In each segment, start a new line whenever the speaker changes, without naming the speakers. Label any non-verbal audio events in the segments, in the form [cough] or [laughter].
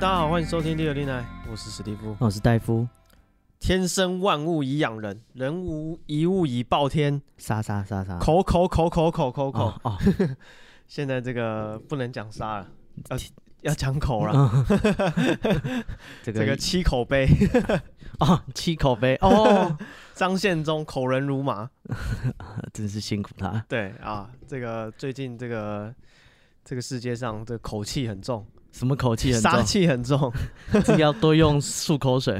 欢迎收听《第二恋爱》，我是史蒂夫。
哦那我是戴夫，
天生万物以养人，人无一物以报天。
杀杀杀杀，
口口口口口口口，
哦哦，
现在这个不能讲杀了，要要讲口了。
嗯
[laughs]
这
这个
个
七口碑，
哦，七口碑
[laughs]
哦，
张献忠口人如麻。
真是辛苦他，
对啊，这个最近这个这个世界上这口气很重，
什么口气很
杀
[laughs] 重，
气很重，
自己要多用漱口水，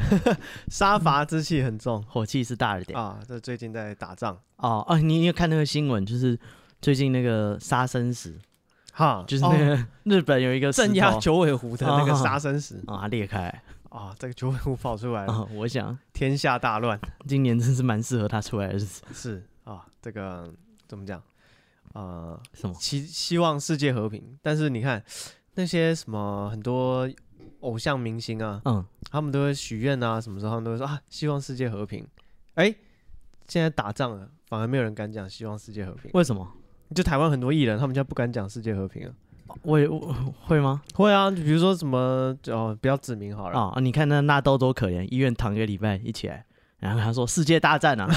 杀伐之气很重
火气是大
[laughs]
了点。
啊。这最近在打仗
哦哦，你你有看那个新闻，就是最近那个杀生石，
哈，
就是那
哦
个、日本有一个石
镇压
头
九尾狐的那个
哦
杀生石
啊、它裂开
啊，这个九尾狐跑出来了，
啊、我想
天下大乱。
今年真是蛮适合他出来的日子。
是啊，这个怎么讲？啊、
什么？
希希望世界和平，但是你看那些什么很多偶像明星啊，
嗯，
他们都会许愿啊，什么时候他们都会说啊，希望世界和平。哎、现在打仗了，反而没有人敢讲希望世界和平。
为什么？
就台湾很多艺人，他们现在不敢讲世界和平啊。
我也我会吗？
会啊，比如说什么哦，不要指名好了。
啊、你看那纳豆多可怜，医院躺一个礼拜，一起来，然后他说世界
[laughs]
大战啊，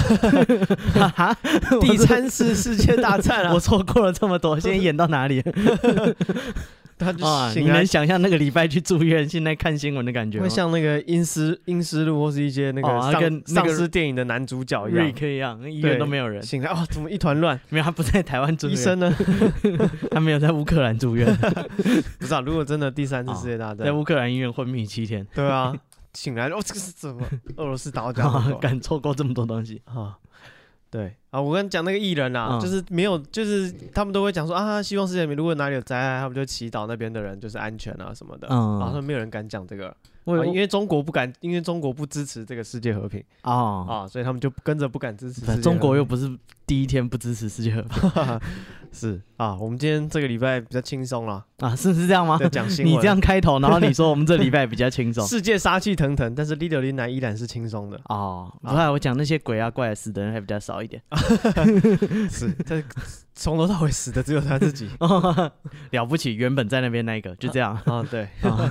哈哈，
第三次世界
[laughs]
大战啊
我，错过了这么 [laughs] 多，现在演到哪里
他就
啊？你
醒来
能想象那个礼拜去住院，现在看新闻的感觉吗？
会像那个阴尸阴尸路或是一些那个
哦啊
丧、
跟那
丧
个
尸电影的男主角一样，
Rick 一样，医院都没有人，
醒来哦，怎么一团乱？
没有他不在台湾住
医
院，
生呢？
他没有在乌克兰 [laughs] 住院，
[laughs] 不知道、如果真的第三次
哦
世界大战，
在乌克兰医院昏迷七天，
[laughs] 对啊， [laughs] 哦醒来哦，这个是怎么？俄罗斯打到家门
[laughs] 啊
口 [laughs]
敢错过这么多东西，
啊？对啊，我跟你讲那个艺人啊，
嗯
就是没有，就是他们都会讲说啊，希望世界名，如果哪里有灾害，他们就祈祷那边的人就是安全啊什么的。
嗯
然后没有人敢讲这个，
我
啊因
为
为中国不敢，因为中国不支持这个世界和平
哦，
啊，所以他们就跟着不敢支持世界和平。
反中国又不是第一天不支持世界和平
[laughs] 是啊，我们今天这个礼拜比较轻松了，
啊，是是这样吗
在？讲新闻。
你这样哦开头，然后你说我们这礼拜比较 [laughs] 轻松。
世界杀气腾腾，但是 Leader 林南依然是轻松
[laughs]
的。
哦，不
啊
然我讲那些鬼啊怪啊死的人还比较少一点， [laughs]
是，他从头到尾死的只有他自
[laughs]
己
了不起，原本在那边那一个就这样，
啊。对， [laughs]
啊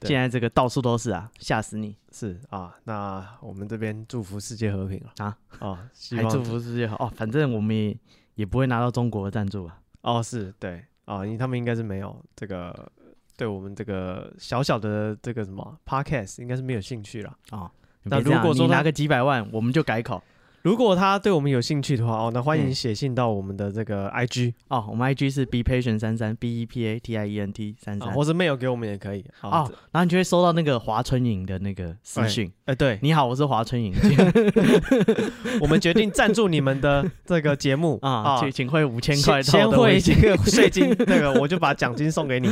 对
现在这个到处都是啊，吓死你！
是啊。那我们这边祝福世界和平了
啊
啊，希
还
望
祝福世界好哦，反正我们也也不会拿到中国的赞助啊。
哦，是对啊，因为他们应该是没有这个对我们这个小小的这个什么 podcast 应该是没有兴趣了。
哦，
那
别这样
如果说
你
他
拿个几百万，我们就改口
如果他对我们有兴趣的话，哦，那欢迎
嗯
写信到我们的这个 IG
哦。我们 I G 是 be patient 三三 b e p a t i e n t 三
啊，
三
或者 mail 给我们也可以。啊
哦，，然后你就会收到那个华春莹的那个私讯。
哎，对，
你好，我是华
[laughs]
春莹
我们决定赞助你们 [laughs] 的这个节目
啊，请请汇五千块
先哦先
到我的
汇
微
这 [laughs]
信，
个税金，那个我就把奖金送给 [laughs] 你。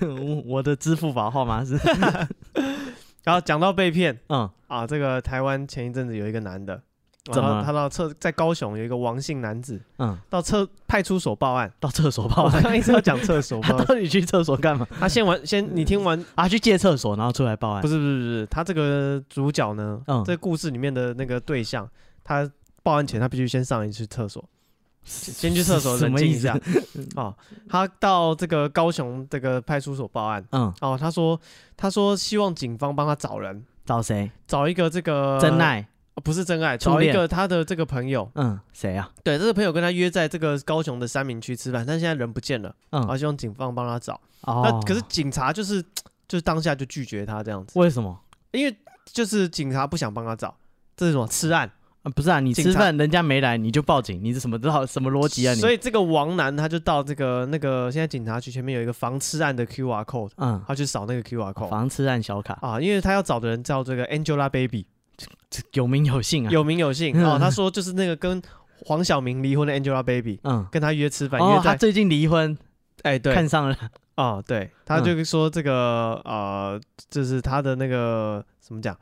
我 [laughs] 我的支付宝号
[laughs]
码是
然后讲到被骗
嗯
啊，这个台湾前一阵子有一个男的，然
怎么
后
了
他到厕在高雄有一个王姓男子
嗯，
到厕派出所报案，
到厕所吧
我
我
刚刚一直要讲厕 [laughs] 所
[laughs] 他
报案，
到底去厕所干嘛？
他先完先你听完
啊，去借厕所，然后出来报案。
不是不是不是，他这个主角呢，
嗯
这故事里面的那个对象，他报案前他必须先上一次厕所。先去厕所
什
冷
么
静
意
一
思啊
下？ [laughs] 哦，他到这个高雄这个派出所报案，
嗯，
哦，他说他说希望警方帮他找人，
找谁？
找一个这个
真、爱。
呃不是真爱，
初
找一
恋
个他的这个朋友，
嗯，谁啊？
对，这个朋友跟他约在这个高雄的三明区吃饭，但现在人不见了，
嗯
然后希望警方帮他找。那
哦，
可是警察就是就是当下就拒绝他这样子，
为什么？
因为就是警察不想帮他找，这是什么吃案？
啊，不是啊，你
警
吃
察
饭人家没来，你就报警，你是什么知道什么逻辑啊你？
所
以，
以这个王楠他就到这个那个现在警察局前面有一个防吃案的 QR code，
嗯，
他去扫那个 QR code。
房吃案小卡
啊，因为他要找的人叫这个
[laughs]
Angelababy，
有名有姓啊。，
有名有
[laughs]
姓哦。他说就是那个跟黄晓明离婚的 Angelababy，
嗯，
跟他约吃饭，
哦
约，
他
在
最近离婚，
哎对
看嗯上了
哦对，他就说这个呃，就是他的那个怎么讲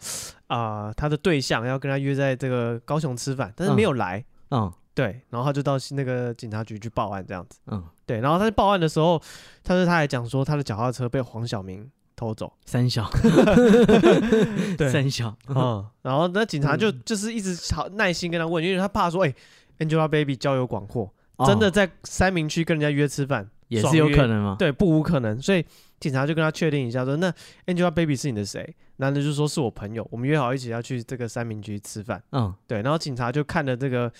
啊、他的对象要跟他约在这个高雄吃饭，但是没有来，
嗯
对，然后他就到那个警察局去报案这样子，
嗯，
对，然后他在报案的时候，他说他还讲说他的脚踏车被黄晓明偷走， [laughs]
三小，
对，
三小，
嗯， [laughs] 然后那警察就、
嗯
就是一直好耐心跟他问，因为他怕说，哎、a n g e l a b a b y 交友广阔，真的
哦
在三明区跟人家约吃饭，
也
爽
是有
约
可能嘛。
对，不无可能。所以警察就跟他确定一下说，那 Angelababy 是你的谁？男的就说是我朋友，我们约好一起要去这个三明居吃饭。
嗯
对，然后警察就看了这个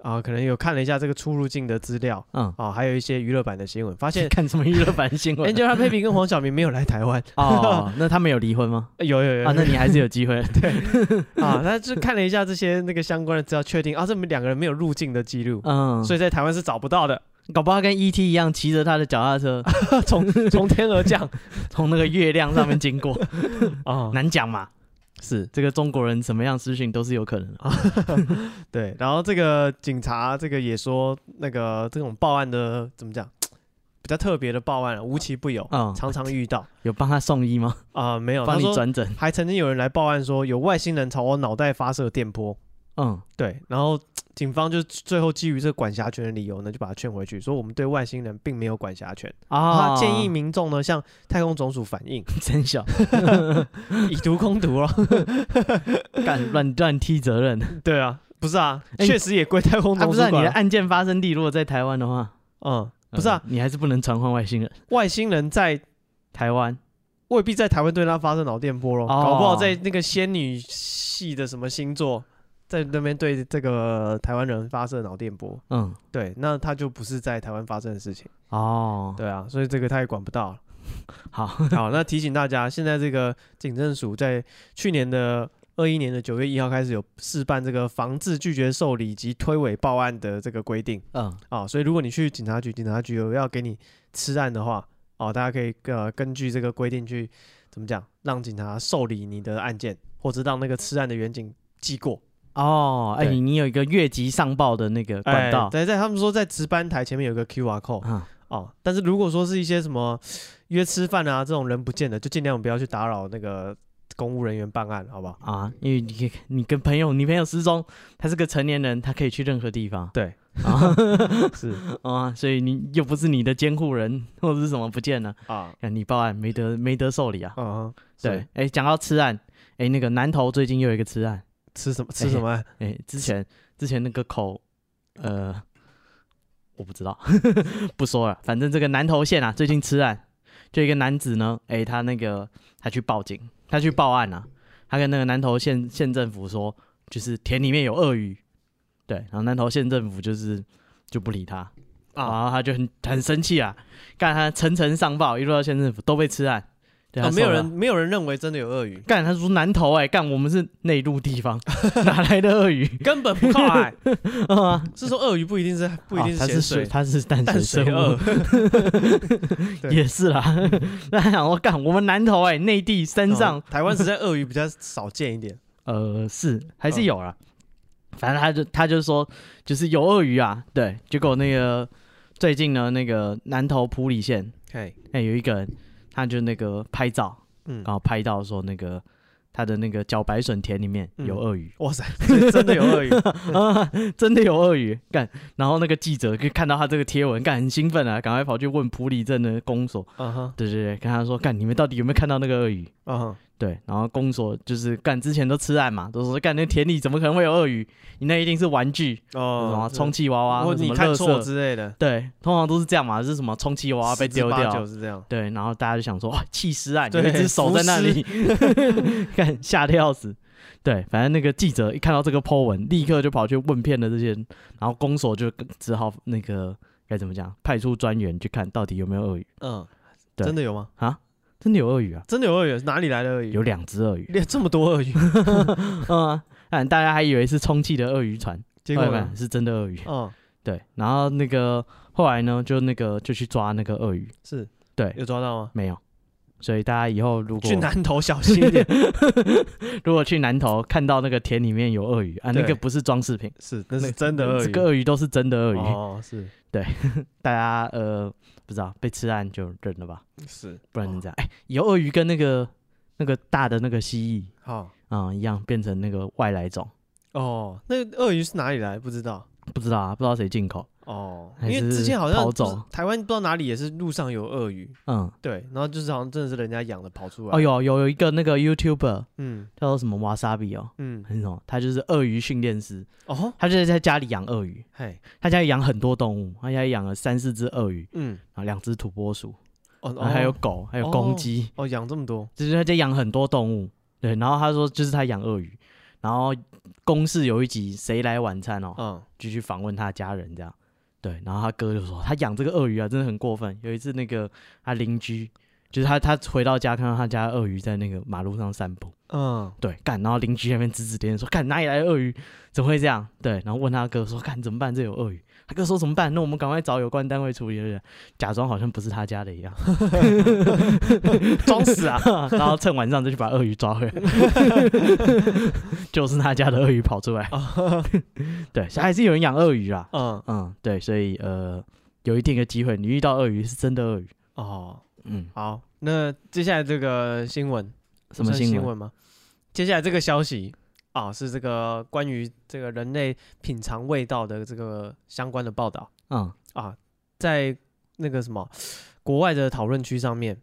啊、可能有看了一下这个出入境的资料
嗯，
啊、还有一些娱乐版的新闻，发
[laughs]
现
看什么娱乐版新
[laughs] 哎
闻？
Angelababy 跟黄晓明没有来台湾。
哦，那他们有离婚吗？
呃 [laughs] 有有有
啊，那你还是有机会。 [laughs]
啊，他就看了一下这些那个相关的资料，确定啊，这两个人没有入境的记录，
嗯，
所以在台湾是找不到的， [laughs]
以搞不好跟 E.T. 一样，骑着他的脚踏车
从从天而
[laughs]
降
从那个月亮上面经过，
啊，
难讲嘛。
是
这个中国人怎么样私讯都是有可能的。
对。然后这个警察这个也说，那个这种报案的怎么讲，比较特别的报案啊，无奇不有，
嗯，哦
常常遇到
有帮他送医吗？
啊，没有，
帮
他
你
说
转诊？
还曾经有人来报案说有外星人朝我脑袋发射电波，
嗯
对，然后警方就最后基于这个管辖权的理由呢，就把他劝回去，说我们对外星人并没有管辖权。
啊
他建议民众呢向太空总署反映，
真 [laughs] 小，
[laughs] 以毒攻毒哦。
敢乱乱踢责任
对啊，不是啊，
哎
确实也归太空
啊！
总
不
署
是啊，
管
你的
啊。
案件发生地如果在台湾的话，
嗯，不是啊，
呃你还是不能传唤外星人。
外星人在
台湾
未必在台湾对他发生脑电波咯，
哦
搞不好在那个仙女系的什么星座，在那边对这个台湾人发射脑电波。
嗯，
对，那他就不是在台湾发生的事情。
哦，
对啊，所以这个他也管不到。
好，
好，那提醒大家，现在这个警政署在去年的二一年的九月一号开始有试办这个防治拒绝受理及推诿报案的这个规定
嗯，
啊，所以如果你去警察局，警察局有要给你吃案的话，哦、大家可以呃根据这个规定去怎么讲，让警察受理你的案件，或者让那个吃案的远警记过
哦，哎，
对
你你有一个越级上报的那个管道
哎对，在他们说在值班台前面有个 QR code
啊，
哦，但是如果说是一些什么约吃饭啊这种人不见的，就尽量不要去打扰那个公务人员办案，好不好？
啊，因为你你跟朋友，女朋友失踪，他是个成年人，他可以去任何地 [laughs] 方
对，
啊
[laughs] 是
啊，所以你又不是你的监护人或者是什么不见了， [laughs]
啊，
啊你报案没得没得受理啊。
嗯，
对，，哎，讲到吃案，哎，那个南投最近又有一个吃案，
吃
[laughs]
什么吃什么？
哎，之前之前那个口，呃，我不知道， [laughs] 不说了，反正这个南投县啊，最近吃案，就一个男子呢，哎，他那个他去报警，他去报案啊，他跟那个南投县县政府说，就是田里面有鳄鱼，对，然后南投县政府就是就不理他，啊，然后他就很很生气啊，干他层层上报，一路到县政府都被吃案，对，他
啊没有
受不了
人没有人认为真的有鳄鱼，
干，他说南投哎、干我们是内陆
[laughs]
地方，哪来的鳄鱼？
根本不靠海。
啊，
是说鳄鱼不一定哦是不一定
啊它
咸
是水，
水，
它是淡
淡
生
水
物
鳄，，
[laughs]
对
也是
[laughs]
啦。那他想说，干我们南投哎、内地山上
哦，台湾实在鳄鱼比较少见一 [laughs] 点。
呃，是还是有啦。
哦
反正他就他就说，就是有鳄鱼啊，对。结果那个最近呢，那个南投埔里县，
嘿，
哎、有一个人，他就那个拍照，
嗯
然，后拍到说那个他的那个茭白笋田里面有
嗯
鳄鱼。 [laughs]
[laughs] 哇塞，所以真的有鳄鱼，
啊，真的有鳄鱼干！然后那个记者就看到他这个贴文，干很兴奋啊，赶快跑去问普里镇的公所，
[laughs] 嗯哼，
对对对，跟他说干，你们到底有没有看到那个鳄鱼？
嗯哼，
对，然后公所就是干之前都吃案嘛，都说干那田里怎么可能会有鳄鱼？你那一定是玩具，什么
哦，
充气娃娃，
或
什
你
么
看
垃
错
圾，
之类的，
对，通常都是这样嘛，是什么充气娃娃被丢
十之八九
掉。
是这样。
对，然后大家就想说，哇，弃尸案，有
对
一只手在那里， [laughs] 干吓得要死。对，反正那个记者一看到这个 po 文，立刻就跑去问遍了这些人，然后公所就只好那个该怎么讲，派出专员去看到底有没有鳄鱼。
嗯，
对
真的有吗？
啊，真的有鳄鱼啊，
真的有鳄鱼？哪里来的鳄鱼？
有两只鳄鱼。 [laughs]
有这么多 [laughs] 鳄鱼，
嗯、啊，但大家还以为是充气的鳄鱼船，
结果
后来发
呢
现？是真的鳄鱼。
嗯，
对，然后那个后来呢，就那个就去抓那个鳄鱼，
是
对
有抓到吗？
没有。所以大家以后如果
去南头小心 [laughs] 一点。
[laughs] 如果去南投看到那个田里面有鳄鱼啊，那
对
个不是装饰品，
是，那是真的鳄鱼。
这个鳄鱼都是真的鳄鱼。
哦，是
大家呃不知道被吃案就认了吧，
是，
不然
哦
你这样，哎、有鳄鱼跟那个那个大的那个蜥蜴
好
啊、嗯一样变成那个外来种，
哦，那鳄鱼是哪里来？不知道。
不不知道啊，不知道谁进口。
哦，因
还
为之
是
前好像就
跑
是
走
台湾不知道哪里也是路上有鳄鱼，
嗯，
对，然后就是好像真的是人家养的跑出来。
哦，有有有一个那个 YouTuber
嗯
叫做什么 Wasabi 哦，
嗯，
很什么，他就是鳄鱼训练师，
哦，
他就是在家里养鳄鱼，
嘿，
他家里养很多动物，他家里养了三四只鳄鱼，
嗯，
然后两只土拨鼠，
哦
然
哦，
后还有狗，还有公鸡，
哦，养这么多，
就是他在养很多动物，对，然后他说就是他养鳄鱼，然后公式有一集谁来晚餐哦， [laughs]
嗯，
就去访问他家人这样，对，然后他哥就说他养这个鳄鱼啊真的很过分，有一次那个他邻居就是他他回到家看到他家鳄鱼在那个马路上散步，
嗯，
对，干，然后邻居那边指指点点说干哪里来的鳄鱼，怎么会这样？对，然后问他哥说干怎么办？这有鳄鱼，他哥说怎么办？那我们赶快找有关单位处理的人，假装好像不是他家的一样。 [laughs]
装死啊！
然后趁晚上就去把鳄鱼抓回来， [laughs] 就是他家的鳄鱼跑出来。对，所以还是有人养鳄鱼啦。
[laughs] 嗯，
嗯，对，所以呃，有一定的机会，你遇到鳄鱼是真的鳄鱼。
哦，
嗯，
好，那接下来这个新闻
什么
算
新
新
闻？
闻吗？接下来这个消息啊，是这个关于这个人类品尝味道的这个相关的报道
嗯，
啊，在那个什么国外的讨论区上面，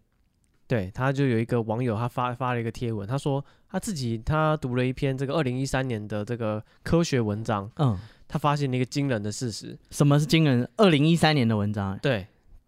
对，他就有一个网友他发发了一个贴文，他说他自己他读了一篇这个二零一三年的这个科学文章，
嗯，
他发现了一个惊人的事实，
什么是惊人？二零一三年的文章、欸。
对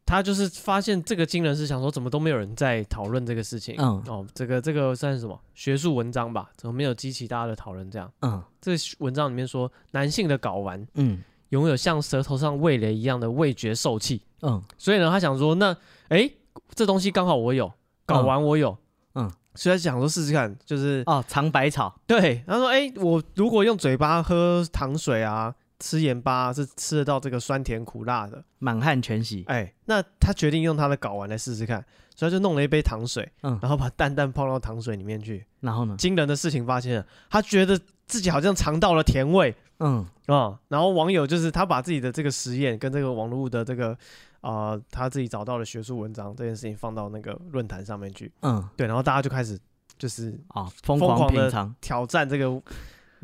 他就是发现这个惊人是想说，怎么都没有人在讨论这个事情。
嗯
哦，这个这个算是什么学术文章吧？怎么没有激起大家的讨论？这样，
嗯
这个文章里面说，男性的睾丸
嗯
拥有像舌头上味蕾一样的味觉受器，
嗯
所以呢，他想说，那诶，这东西刚好我有，睾丸我有，
嗯
所以他想说试试看，就是、
哦，尝百草。
对，他说，诶，我如果用嘴巴喝糖水啊，吃盐巴啊是吃得到这个酸甜苦辣的。
满汉全席，
哎，那他决定用他的睾丸来试试看，所以他就弄了一杯糖水，
嗯
然后把蛋蛋泡到糖水里面去。
然后呢？
惊人的事情发现了，他觉得自己好像尝到了甜味
嗯
啊、然后网友就是他把自己的这个实验跟这个网络的这个啊、呃他自己找到的学术文章这件事情放到那个论坛上面去，
嗯，
对，然后大家就开始就是
哦，疯
疯
狂
狂地
品尝。
挑战这个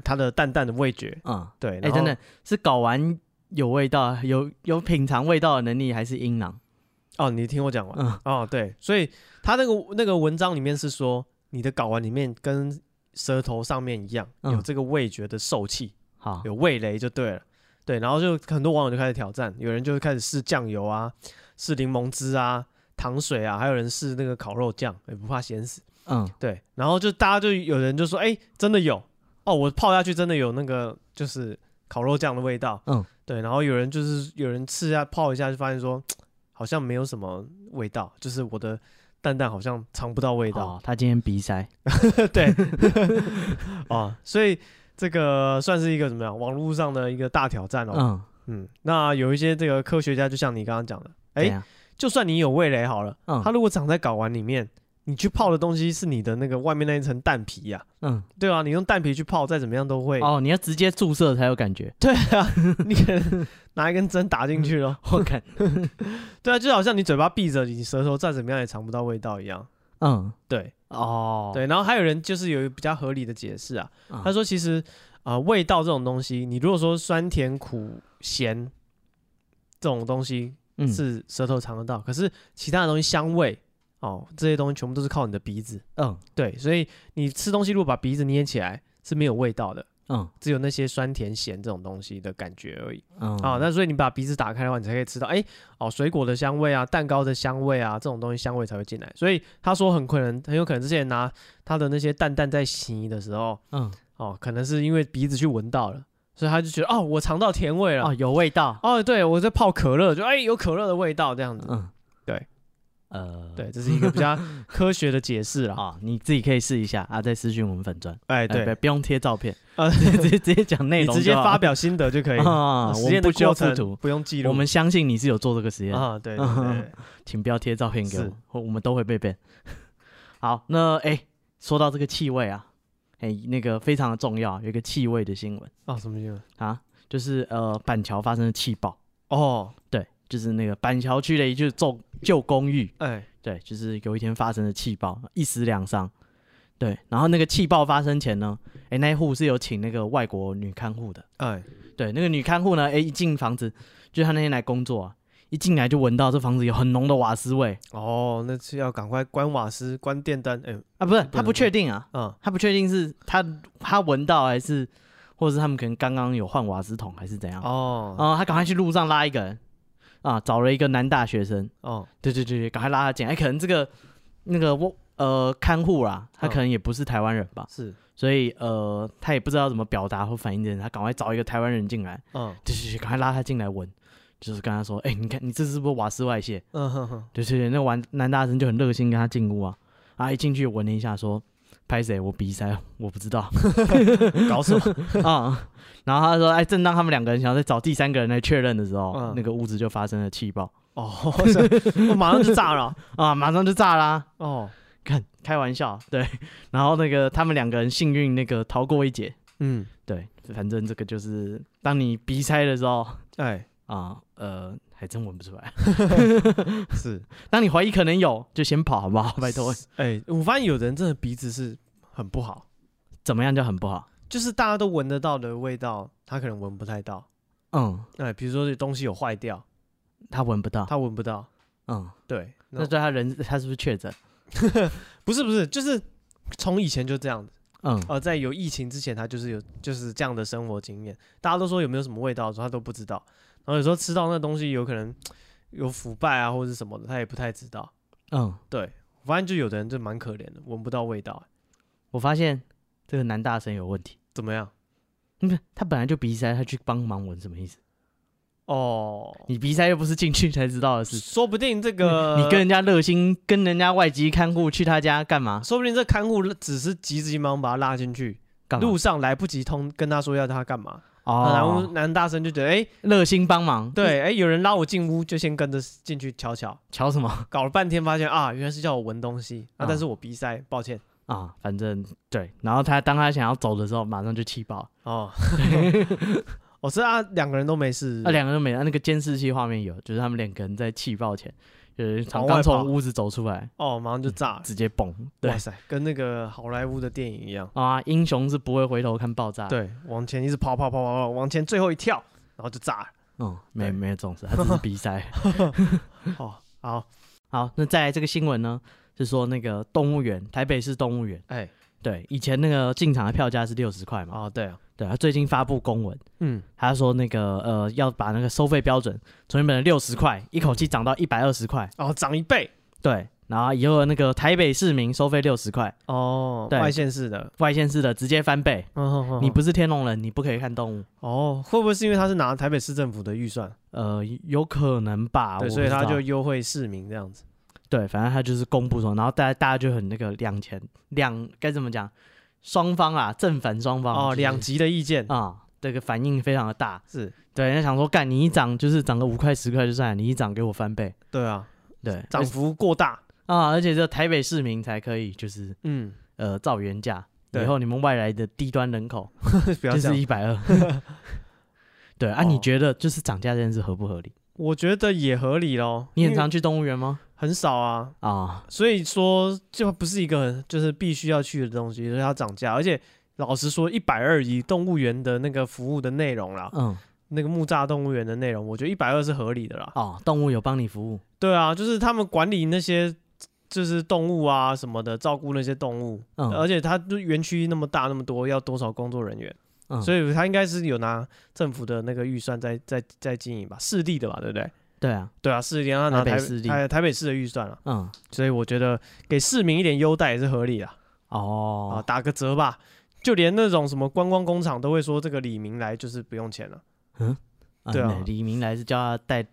他的淡淡的味觉，
嗯，
对，
哎、
然后
真的是搞完有味道，有有品尝味道的能力，还是阴囊？
哦，你听我讲完。
嗯
哦，对，所以他那个那个文章里面是说，你的睾丸里面跟舌头上面一样，
嗯
有这个味觉的受器，
好，
有味蕾就对了。对，然后就很多网友就开始挑战，有人就开始试酱油啊，试柠檬汁啊，糖水啊，还有人试那个烤肉酱，也不怕咸死。
嗯
对，然后就大家就有人就说，哎，真的有哦，我泡下去真的有那个就是烤肉酱的味道。
嗯，
对，然后有人就是有人吃下泡一下，就发现说好像没有什么味道，就是我的蛋蛋好像尝不到味道。
哦，他今天鼻塞，
[laughs] 对，哦，所以这个算是一个怎么样网络上的一个大挑战哦。
嗯，
嗯那有一些这个科学家，就像你刚刚讲的，
哎、
哎，就算你有味蕾好了，
嗯
它如果长在睾丸里面，你去泡的东西是你的那个外面那一层蛋皮呀、
嗯，
对啊，你用蛋皮去泡，再怎么样都会。
哦，你要直接注射才有感
[laughs]
觉，
对啊， [laughs] 你可能拿一根针打进去咯。
我看，
[laughs] 对啊，就好像你嘴巴闭着，你舌头再怎么样也尝不到味道一样。
嗯，
对
哦，
对，然后还有人就是有一个比较合理的解释啊，
嗯，
他说其实啊、呃味道这种东西，你如果说酸甜苦咸这种东西
嗯，
是舌头尝得到，可是其他的东西香味哦，这些东西全部都是靠你的鼻子。
嗯
对，所以你吃东西如果把鼻子捏起来是没有味道的，
嗯
只有那些酸甜咸这种东西的感觉而已。
嗯，
啊、那所以你把鼻子打开的话，你才可以吃到，哎、哦，水果的香味啊，蛋糕的香味啊，这种东西香味才会进来。所以他说很可能，很有可能这些人拿他的那些蛋蛋在洗的时候，
嗯，
哦，可能是因为鼻子去闻到了，所以他就觉得，哦，我尝到甜味了。
哦，
哦
有味道，
对，我在泡可乐，就哎、有可乐的味道这样子。
嗯，
对，
呃，
对，这是一个比 [laughs] 较科学的解释啦。
啊，你自己可以试一下啊，再私讯我们粉砖，
哎、
哎
对
不，不用贴照片，
[laughs] 呃，
直接直接讲内
你
容，
直接发。表心得就 [laughs] 可以了。
啊，
实
我
验
们
的
不需要
过
附
程
图，
不用记录。
我们相信你是有做这个实验，
啊， [laughs] 对对对对，
请不要贴照片给
是
我，我我们都会被 ban。好，那哎、说到这个气味啊，哎、那个非常的重要，有一个气味的新闻
哦，什么新闻？
啊，就是呃板桥发生的气爆，
哦，
对，就是那个板桥区的一旧旧旧公寓，
哎、
对，就是有一天发生的气爆，一死两伤。对，然后那个气爆发生前呢，哎、那一户是有请那个外国女看护的，
哎、
对，那个女看护呢，哎，一进房子，就是她那天来工作啊，一进来就闻到这房子有很浓的瓦斯味
哦，那是要赶快关瓦斯、关电灯，哎、
啊，不是，
不
她
能
不确定啊，
嗯，
她不确定是她她闻到还是，或者是他们可能刚刚有换瓦斯桶还是怎样，
哦，
啊，她赶快去路上拉一个人，啊，找了一个男大学生，
哦，
对对对对，赶快拉他进来，哎，可能这个那个我呃看护啦，他
嗯
可能也不是台湾人吧，
是，
所以呃，他也不知道怎么表达或反应的人，他赶快找一个台湾人进来，
嗯，
对对对，赶快拉他进来闻，就是跟他说，哎、你看你这是不是瓦斯外泄？
嗯哼哼，
对对对，那玩男大生就很热心跟他进屋啊，啊，一进去闻了一下说，拍谁？我鼻塞，我不知道
[laughs] 搞什么？
[laughs] 啊、然后他说，哎，正当他们两个人想要再找第三个人来确认的时候，
嗯
那个屋子就发生了气爆
哦，是我马上就炸了。
[laughs] 啊，马上就炸啦、
哦，
看开玩笑，对，然后那个他们两个人幸运那个逃过一劫，
[laughs] 嗯，
对，反正这个就是当你鼻塞的时候
哎，
啊、呃，还真闻不出来。
是， [laughs]
当你怀疑可能有，就先跑好不好？拜托，
哎，我发现有的人真的鼻子是很不好，
怎么样就很不好。
就是大家都闻得到的味道，他可能闻不太到。
嗯，
哎，比如说这东西有坏掉，
他闻不到。
他闻不到。
嗯，
对，
那
那
对他人他是不是确诊？
不是不是，就是从以前就这样子。
嗯，
呃，在有疫情之前，他就是有就是这样的生活经验。大家都说有没有什么味道的时候，他都不知道。然后有时候吃到那东西，有可能有腐败啊，或者是什么的，他也不太知道。
嗯，
对，反正就有的人就蛮可怜的，闻不到味道、
我发现这个男大生有问题。
怎么样？
不是，他本来就鼻塞，他去帮忙闻什么意思？
哦，
你鼻塞又不是进去才知道的事。
说不定这个
你跟人家热心，跟人家外籍看护去他家干嘛？
说不定这看护只是急急忙忙把他拉进去，
干嘛
路？上来不及通跟他说要他干嘛，然后
哦，
男大生就觉得哎、
热心帮忙。，
对哎、有人拉我进屋，就先跟着进去瞧瞧，
瞧什么
搞了半天发现啊原来是叫我闻东西啊，
啊
但是我鼻塞，抱歉
啊？反正对。然后他当他想要走的时候，马上就气爆。
哦，
[laughs]
我是啊两个人都没事
啊，，两个人没，啊那个监视器画面有，就是他们两个人在气爆前，就是
往
从
外
刚
跑
从屋子走出来，
哦马上就炸了，
直接嘣，嗯对
哇塞，跟那个好莱坞的电影一样，
啊，英雄是不会回头看爆炸，，
对，往前一直跑跑跑跑跑，往前最后一跳，然后就炸了，
嗯，没
对
没有这种事，他只是鼻
[laughs]
塞。
哦好
好，那再来这个新闻呢，是说那个动物园，台北市动物园，
哎
对，以前那个进场的票价是六十块嘛，
哦对啊
对，他最近发布公文，
嗯
他说那个呃要把那个收费标准从原本的六十块一口气涨到一百二十块，
哦涨一倍。
对，然后以后那个台北市民收费六十块，
哦，
对
外县市的，
外县市的直接翻倍。
哦
你不是天龙人，你不可以看动物。
哦，会不会是因为他是拿台北市政府的预算，
呃，有可能吧，
对，
啊我
所以
不知
他
道
就优惠市民这样子？
对，反正他就是公布说，然后大家大家就很那个两钱两该怎么讲，双方啊，正反双方
哦，两
就是
极的意见
啊、这个反应非常的大。
是，
对，人家想说，干你一涨就是涨个五块十块就算了，你一涨给我翻倍，
对啊，
对，
涨幅过大，
啊、而且这台北市民才可以就是
嗯，
呃照原价，
对
以后你们外来的低端人口
不要这
就是
样，
一百二。
[laughs]
对啊，你
哦
觉得就是涨价这件事合不合理？
我觉得也合理咯。
你
因
很
为
常去动物园吗？
很少啊，
啊，
所以说这不是一个很就是必须要去的东西，所以它涨价，而且。老实说，一百二以动物园的那个服务的内容啦，
嗯，
那个木栅动物园的内容，我觉得一百二是合理的啦。
哦，动物有帮你服务，
对啊，就是他们管理那些就是动物啊什么的，照顾那些动物，
嗯，
而且他就园区那么大那么多，要多少工作人员，
嗯
所以他应该是有拿政府的那个预算在在在经营吧，市地的吧，对不对？
对啊，
对啊，市地让他拿
台
台
北市立
台台北市的预算了、
嗯，
所以我觉得给市民一点优待也是合理的、啊，
哦，
打个折吧。就连那种什么观光工厂都会说，这个李明来就是不用钱了。 [laughs] 对啊
嗯李明来是叫他带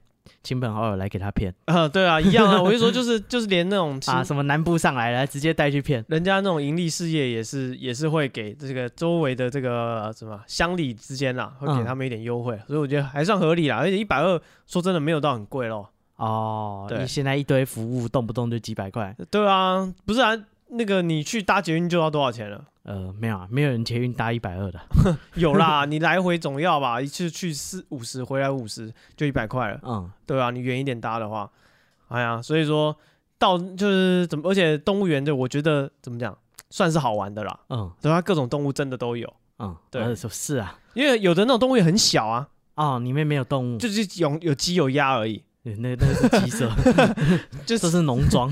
亲朋好友来给他骗
啊、对啊，一样
[laughs]
啊。我就说，就是就是连那种新
啊，什么南部上来了直接带去骗，
人家那种盈利事业也是也是会给这个周围的这个呃什么乡里之间啦，会给
嗯
他们一点优惠，所以我觉得还算合理啦。而且一百二，说真的没有到很贵咯。
哦，
对
你现在一堆服务动不动就几百块，
对啊，不是啊，那个你去搭捷运就要多少钱了？
呃，没有啊，没有人捷运搭一百二的，
[laughs] 有啦，你来回总要吧，一次去四五十，回来五十就一百块了。
嗯，
对啊，你远一点搭的话，哎呀，所以说到就是怎么，而且动物园的我觉得怎么讲，算是好玩的啦。
嗯
对啊，各种动物真的都有。
嗯，
对
呃，说是啊，
因为有的那种动物园很小啊，
哦，里面没有动物，
就是有有鸡有鸭而已。
对那那是鸡舍，
[laughs]
[laughs]
就
这是农庄，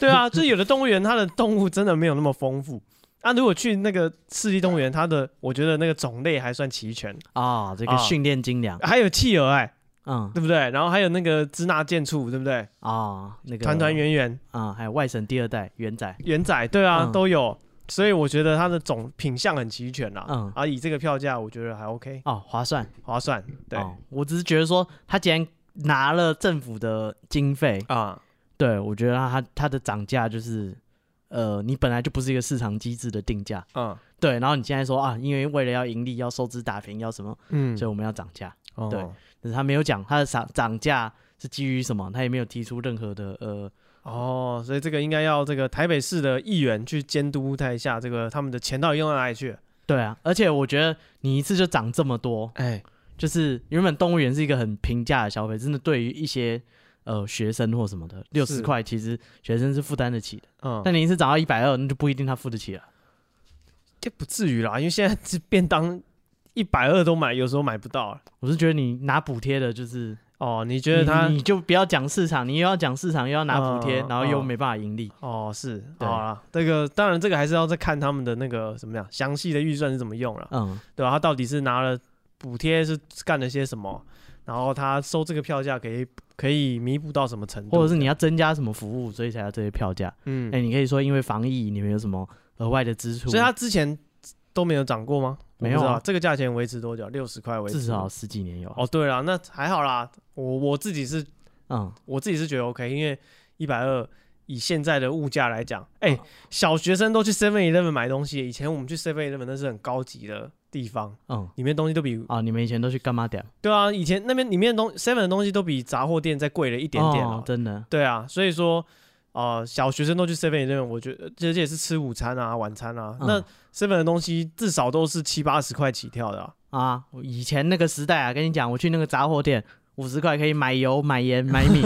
对啊，就是有的动物园它的动物真的没有那么丰富。啊，如果去那个市立动物园，它的我觉得那个种类还算齐全，
啊、这个
啊
训练精良，
还有企鹅哎、
嗯
对不对？然后还有那个支那剑兔，对不对？
啊、那个
团团圆圆
啊、还有外省第二代元仔，
圆仔，对啊，
嗯
都有。所以我觉得它的种品相很齐全啦、啊。
嗯
啊，以这个票价，我觉得还 OK，
哦，划算，
划算。对啊、
哦，我只是觉得说他既然拿了政府的经费，对我觉得他他的涨价就是，呃，你本来就不是一个市场机制的定价，
嗯
对，然后你现在说啊，因为为了要盈利，要收支打平，要什么，
嗯
所以我们要涨价，
哦
对但是他没有讲他的涨涨价是基于什么，他也没有提出任何的呃，
哦，所以这个应该要这个台北市的议员去监督他一下，这个他们的钱到底用到哪里去？
对啊，而且我觉得你一次就涨这么多，
哎，
就是原本动物园是一个很平价的消费，真的对于一些呃学生或什么的，六十块其实学生是负担得起的。
嗯，
但你一次涨到一百二，那就不一定他付得起了。
这不至于啦，因为现在这便当一百二都买，有时候买不到啊。
我是觉得你拿补贴的，就是
哦，你觉
你
得他
你就不要讲市场，你又要讲市场，又要拿补贴，
嗯
然后又
嗯
没办法盈利。
哦是
对
好啊，这个当然这个还是要再看他们的那个怎么样详细的预算是怎么用了，
嗯，
对吧、他到底是拿了补贴是干了些什么，然后他收这个票价可以可以弥补到什么程度，
或者是你要增加什么服务，所以才要这些票价。
嗯，
哎，你可以说因为防疫，你们有什么额外的支出？
所以他之前都没有涨过吗？
没有啊
我不知道这个价钱维持多久？六十块维持
至少十几年有。
哦，对了，那还好啦，我我自己是
嗯，
我自己是觉得 OK，因为一百二以现在的物价来讲，哎、
嗯
小学生都去 Seven Eleven 买东西，以前我们去 Seven Eleven 那是很高级的地方，
嗯，
里面东西都比
啊，你们以前都去干嘛点？
对啊，以前那边里面的东 Seven 的东西都比杂货店再贵了一点点
哦
哦，
真的。
对啊，所以说。呃，小学生都去 Seven Eleven，我觉得这些也是吃午餐啊、晚餐啊。
嗯
那 Seven 的东西至少都是七八十块起跳的、啊，
啊，我以前那个时代啊，跟你讲，我去那个杂货店，五十块可以买油、买盐、买
[laughs]
米、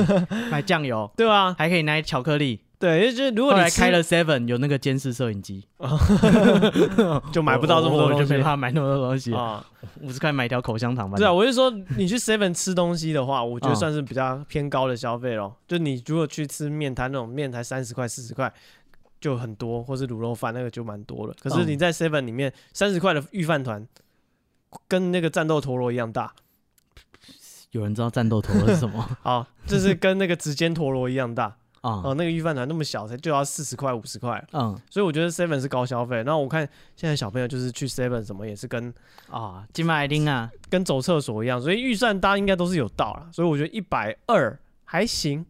买酱油，
对啊，
还可以拿巧克力。
对，因为就是如
后
果你
来
吃
开了 Seven，有那个监视摄影机，
就买不到这么
我
多东
我就没
西
办法买那么多东西。
啊。
五十块买一条口香糖吧。
对啊，我是说，你去 Seven 吃东西的话，我
嗯
觉得算是比较偏高的消费咯。就你如果去吃面摊那种面才三十块、四十块就很多，或是卤肉饭那个就蛮多了。可
嗯
是你在 Seven 里面三十块的御饭团，跟那个战斗陀螺一样大，
有人知道战斗陀螺是什 [laughs] 么
啊，就是跟那个指尖陀螺一样
[laughs]
大哦、
啊？
那个御饭团那么小，才就要四十块、五十块，
嗯
所以我觉得 Seven 是高消费。那我看现在小朋友就是去 Seven 什么也是跟
啊，金马一定啊，
跟走厕所一样，所以预算大家应该都是有到了，所以我觉得一百二还行。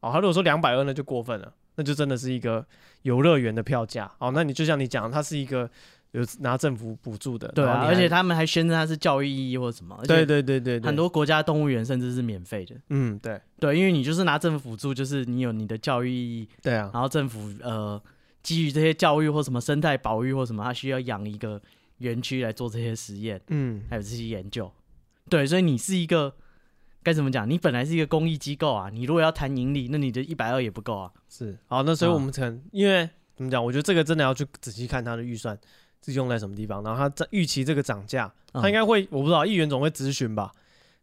哦，他如果说两百二那就过分了，那就真的是一个游乐园的票价。哦，那你就像你讲，它是一个有拿政府补助的，
对
然
啊，
后你
而且
还
他们还宣称它是教育意义或者什么，而且
对对对对对，
很多国家动物园甚至是免费的。
嗯对
对，因为你就是拿政府补助，就是你有你的教育意义，
对啊，
然后政府呃，基于这些教育或什么生态保育或什么，它需要养一个园区来做这些实验，
嗯
还有这些研究。对，所以你是一个该怎么讲？你本来是一个公益机构啊，你如果要谈盈利，那你的一百二也不够啊。
是好，那所以
啊
我们可能、因为怎么讲，我觉得这个真的要去仔细看它的预算是用在什么地方，然后它在预期这个涨价，它应
该
该会我不知道议员总会咨询吧，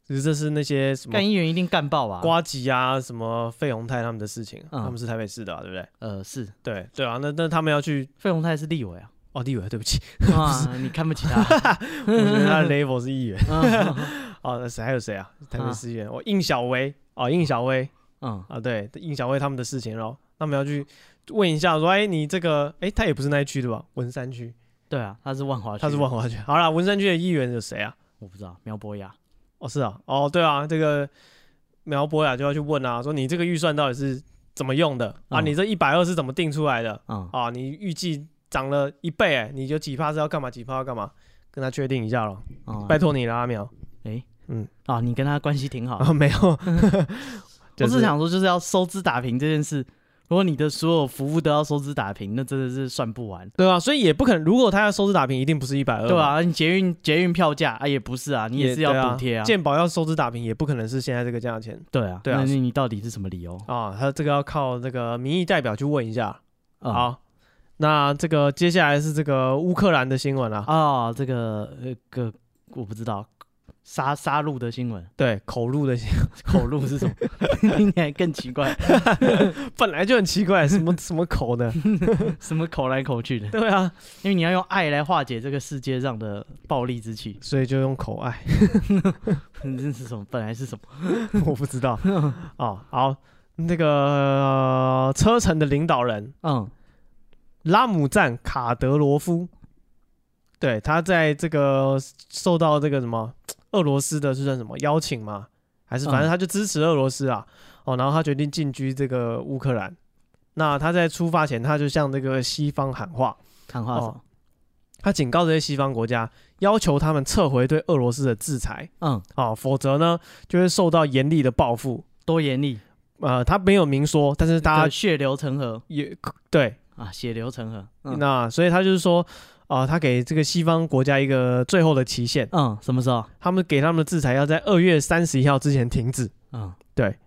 就是这是那些什么
干议员一定干爆啊。
瓜吉啊，什么费宏泰他们的事情，
嗯
他们是台北市的、啊，对不对？
呃，是
对对啊，那那他们要去
费鸿泰是
[laughs]
立委啊，
哦，立委，对不
[laughs]
起，
啊，你看不起他。
我觉得他的 level 是议员 [laughs]
嗯
哦，那谁还有谁啊？台北市议员，哦，应小薇哦，应小薇
嗯，
啊，对，应小薇他们的事情咯，他们要去问一下，说，哎，你这个，哎，他也不是那一区的吧？文山区，
对啊，他是万华区，
他是万，华区。好啦，文山区的议员有谁啊？
我不知道苗博雅。
哦，是啊，哦，对啊，这个苗博雅就要去问啊，说你这个预算到底是怎么用的啊？
嗯
你这一百二是怎么定出来的？ [laughs]
嗯，
啊，你预计涨了一倍、哎，你有几趴是要干嘛，几趴要干嘛，跟他确定一下咯。
嗯
哦拜托你了，阿苗。
哎，
嗯
嗯，啊，你跟他关系挺好的 [laughs]
啊，没有，就
我是想说，就是要收支打平这件事。如果你的所有服务都要收支打平，那真的是算不完，
对啊，所以也不可能，如果他要收支打平，一定不是一百二，
对吧、啊？你捷运捷运票价啊，也不是啊，你也是
呃对
要补贴啊，
健保要收支打平，也不可能是现在这个价钱
对啊，
对啊
那你你到底是什么理由
啊，他这个要靠这个民意代表去问一下。
啊？
好，那这个接下来是这个乌克兰的新闻啦、啊
啊，这个呃个我不知道杀杀戮的新闻，
对口入的，
口录是什么？ [laughs] 听起来更奇怪，
[laughs] 本来就很奇怪， [laughs] 什么什么口的，
什么口来口去的？ [laughs]
对啊，
因为你要用爱来化解这个世界上的暴力之气，嗯
所以就用口哎爱，
这是什么？本来是什
[laughs]
么？
我不知道哦。好，那个、呃车臣的领导人
嗯，
拉姆赞卡德罗夫，对他在这个受到这个什么俄罗斯的是算什么邀请吗？还是反正
嗯
他就支持俄罗斯啊？哦，然后他决定进军这个乌克兰。那他在出发前，他就向这个西方喊话，哦
看话什么？
他警告这些西方国家，要求他们撤回对俄罗斯的制裁
嗯，
啊、否则呢就会受到严厉的报复。
多严厉，
呃，他没有明说，但是
啊，
大家
血流成河
也对，
啊，血流成河。嗯
那所以他就是说，啊、他给这个西方国家一个最后的期限，
嗯，什么时候？
他们给他们的制裁要在二月三十一号之前停止。
嗯，
对，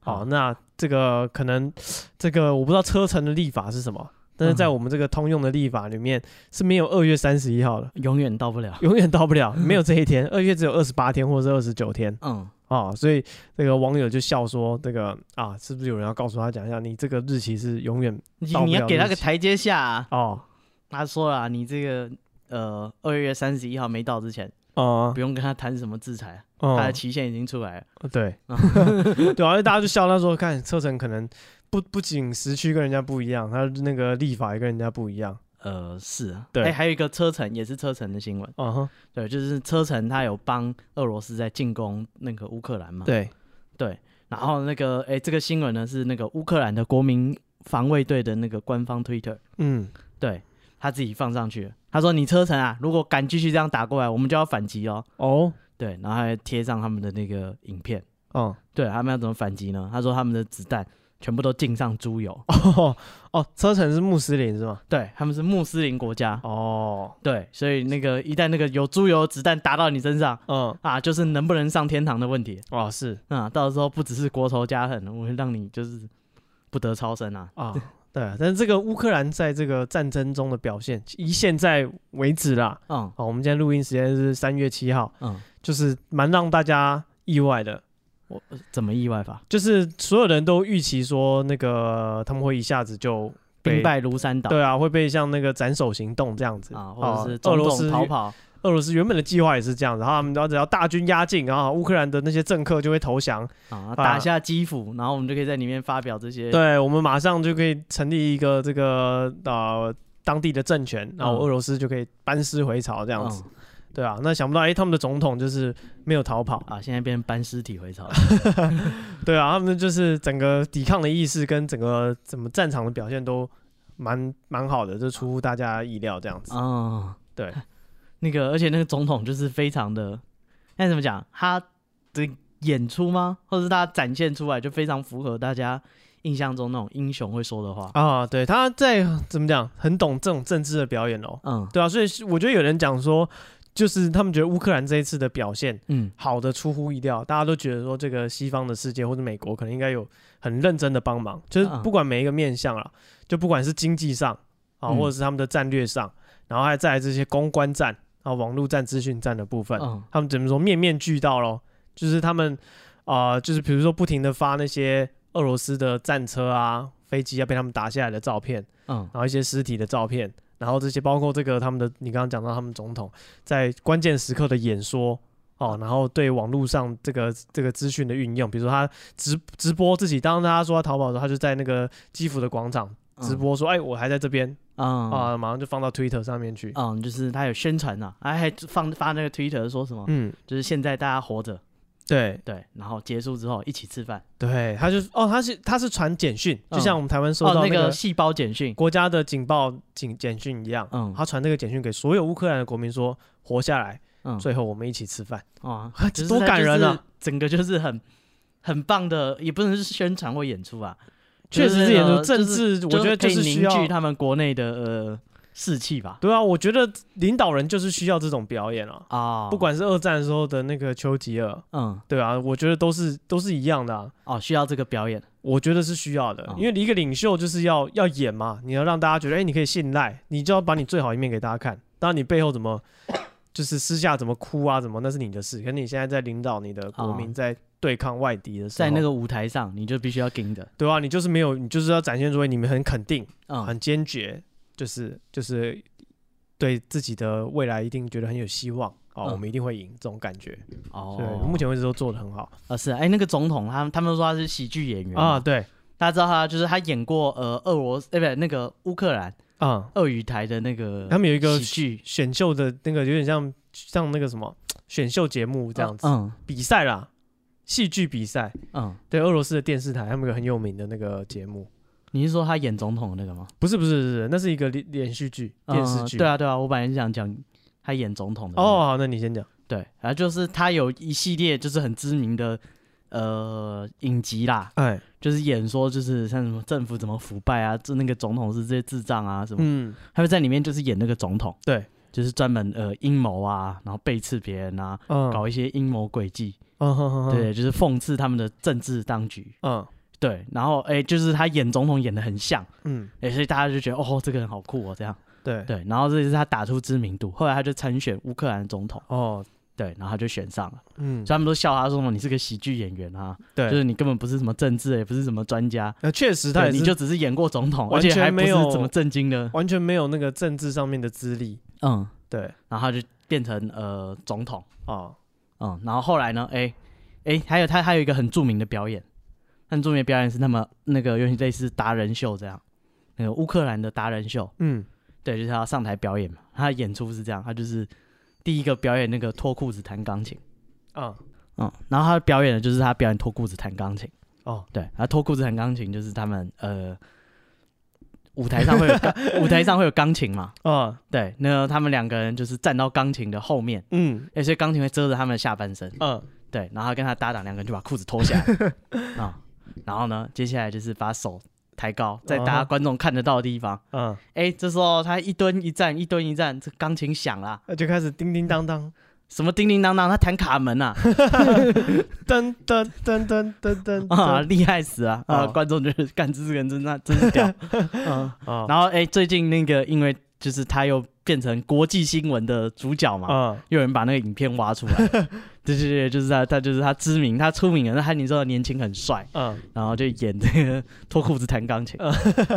好，那这个可能这个我不知道车臣的立法是什么，但是在
嗯
我们这个通用的立法里面是没有二月三十一号的。 [laughs]
永远到不了。
永远到不
[laughs]
了，没有这一天。二月只有二十八天或者是二十九天
嗯，
啊、所以这个网友就笑说：“这个啊，是不是有人要告诉他讲一下，你这个日期是永远
你
到不
你
了
要给他
日
个
期
台阶下啊。
哦
他说了啊，你这个呃二月三十一号没到之前，
哦
不用跟他谈什么制裁，啊他的
哦，
期限已经出来了。
对 [laughs] 对啊，而且大家就笑他说，看车程可能不不仅时区跟人家不一样，他那个立法也跟人家不一样。
呃，是啊，
对
哎还有一个车臣也是车臣的新闻，
嗯哼，
对，就是车臣他有帮俄罗斯在进攻那个乌克兰嘛，，
对，
然后那个哎、这个新闻呢是那个乌克兰的国民防卫队的那个官方 Twitter，
嗯，
对他自己放上去了，他说你车臣啊，如果敢继续这样打过来，我们就要反击哦，
哦，
对，然后还贴上他们的那个影片，
哦，
对他们要怎么反击呢？他说他们的子弹全部都浸上猪油， [laughs]
哦，哦，车程是穆斯林是吗？
对，他们是穆斯林国家，
哦，
对，所以那个一旦那个有猪油的子弹打到你身上。
嗯，
啊，就是能不能上天堂的问题
哦，是
啊。到时候不只是国仇家恨，我会让你就是不得超生啊。
啊。对啊，但是这个乌克兰在这个战争中的表现，以现在为止啦，哦
嗯
好，我们今天录音时间是三月七号，
嗯，
就是蛮让大家意外的，
怎么意外法？
就是所有人都预期说那个他们会一下子就被
兵败如山倒
对啊，会被像那个斩首行动这样子哦
啊，或者是
俄
种
罗
种
斯
逃跑，
俄罗斯原本的计划也是这样子，然后他们只要只要大军压境，然后乌克兰的那些政客就会投降，
啊，打下基辅，然后我们就可以在里面发表这些。
对我们马上就可以成立一个这个呃当地的政权，然后
嗯
俄罗斯就可以班师回朝这
这
样子，对啊，那想不到哎、他们的总统就是没有逃
[laughs]
跑，
啊，现在变成搬尸体回朝了。
对啊，他们就是整个抵抗的意识跟整个怎么战场的表现都蛮蛮好的，就出乎大家意料这样子。
嗯，
对，
[laughs] 那个，而且那个总统就是非常的，那怎么讲？他的演出吗？或者是他展现出来就非常符合大家印象中那种英雄会说的话。
啊，对，他在怎么讲，很懂这种政治的表演哦。
嗯
对啊，所以我觉得有人讲说，就是他们觉得乌克兰这一次的表现
嗯
好的出乎意料，大家都觉得说这个西方的世界或者美国可能应该有很认真的帮忙，就是
嗯
不管每一个面向啦，就不管是经济上啊，
嗯
或者是他们的战略上，然后还在这些公关战啊、网络战、资讯战的部分，
嗯，
他们怎么说面面俱到咯，就是他们啊、呃就是比如说不停的发那些俄罗斯的战车啊、飞机啊被他们打下来的照片，
嗯
然后一些尸体的照片，然后这些包括这个他们的，你刚刚讲到他们总统在关键时刻的演说哦，然后对网络上这个这个资讯的运用，比如说他直直播自己，当他说他逃跑的时候，他就在那个基辅的广场直播说，哎，我还在这边
嗯
啊，马上就放到 Twitter 上面去。
嗯，就是他有宣传呐、啊，还放发那个 Twitter 说什么，
嗯，
就是现在大家活着，
对
对，然后结束之后一起吃饭，
对，他就是哦，他是他是传简讯，就
嗯
像我们台湾收
哦
到
那
那个
个细胞简讯，
国家的警报警简讯一样，
嗯
他传这个简讯给所有乌克兰的国民说活下来，
嗯，
最后我们一起吃饭。
啊，
[laughs] 这
就是
多
他
感人啊！
就是整个就是很很棒的，也不能是宣传或演出啊，
确
就
实
是
是
那
研究
个
政治，
就
我觉得
可
就
以
是需
凝聚
要。
他们国内的呃士气吧，
对啊，我觉得领导人就是需要这种表演啊，
啊，
不管是二战的时候的那个丘吉尔，
嗯
对啊，我觉得都是都是一样的啊。
哦，需要这个表演，
我觉得是需要的，
哦
因为你一个领袖就是要要演嘛，你要让大家觉得，哎、你可以信赖，你就要把你最好一面给大家看。当然，你背后怎么 [coughs] 就是私下怎么哭啊，怎么那是你的事。可是你现在在领导你的国民
哦
在对抗外敌的时候，
在那个舞台上，你就必须要盯的，
对啊，你就是没有，你就是要展现出你们很肯定、
嗯，
很坚决，就是就是对自己的未来一定觉得很有希望哦，
嗯
我们一定会赢这种感觉。对，
哦，
目前为止都做得很好
啊是啊，哎、那个总统他们他们说他是喜剧演员嘛
啊，，对，
大家知道他就是他演过呃俄罗斯，哎、不对，那个乌克兰
啊、
鳄鱼台的那个，
他们有一个
喜剧
选秀的那个有点像像那个什么选秀节目这样子、
嗯
比赛啦，戏剧比赛。
嗯，
对，俄罗斯的电视台他们有个很有名的那个节目，
你是说他演总统的那个吗？
不是不是不是，那是一个连连续剧电视
嗯
剧。
对啊对啊，我本来是想讲他演总统的那个
哦，好，那你先讲。
对，然后就是他有一系列就是很知名的呃影集啦，
哎，
就是演说就是像什么政府怎么腐败啊，这那个总统是这些智障啊什么，
嗯，
他会在里面就是演那个总统，
对，
就是专门呃阴谋啊，然后背刺别人啊，
嗯，
搞一些阴谋诡计，
嗯，哼哼哼
对，就是讽刺他们的政治当局，
嗯
对，然后哎、就是他演总统演的很像，
嗯，
哎、所以大家就觉得哦这个人好酷哦这样，
对，
对，然后这就是他打出知名度，后来他就参选乌克兰总统，
哦，
对，然后他就选上了。
嗯
所以，他们都笑他说什么你是个喜剧演员啊，就
对，
是你根本不是什么政治，也不是什么专家，
那确实他
对，
也
你
是
就只是演过总统，而
完
且
全
还不
没
是
有
怎么震惊的，
完全没有那个政治上面的资历。
嗯，
对，
然后他就变成呃总统，
哦，
嗯，然后后来呢，哎哎，还有他还有一个很著名的表演，很著名的表演是那么那个有点类似达人秀这样，那个乌克兰的达人秀，
嗯，
对，就是他要上台表演嘛，他的演出是这样，他就是第一个表演那个脱裤子弹钢琴，
啊，
嗯，然后他表演的就是他表演脱裤子弹钢琴。
哦，
对，然后脱裤子弹钢琴就是他们呃舞台上会有钢 [laughs] 舞台上会有钢琴嘛，
啊，
对，那他们两个人就是站到钢琴的后面，
嗯，
哎，所以钢琴会遮着他们的下半身，
嗯，
对，然后他跟他搭档两个人就把裤子脱下来啊、然后呢，接下来就是把手抬高，在大
啊哈
家观众看得到的地方，
嗯，
哎，这时候他一蹲一站，一蹲一站，这钢琴响啦，
那就开始叮叮当当，
什么叮叮当当，他弹卡门啊，
噔噔噔噔噔噔
啊，
噔，
厉害死啊！啊，
哦
观众觉得干这个人真的真是屌，嗯。
啊，
然后哎、最近那个因为就是他又变成国际新闻的主角嘛，
啊，
又有人把那个影片挖出
[laughs]
来，对对对，就是他他就是他知名，他出名了，他你知道年轻很帅，
嗯，
然后就演这个脱裤子弹
[laughs]
钢琴
嗯，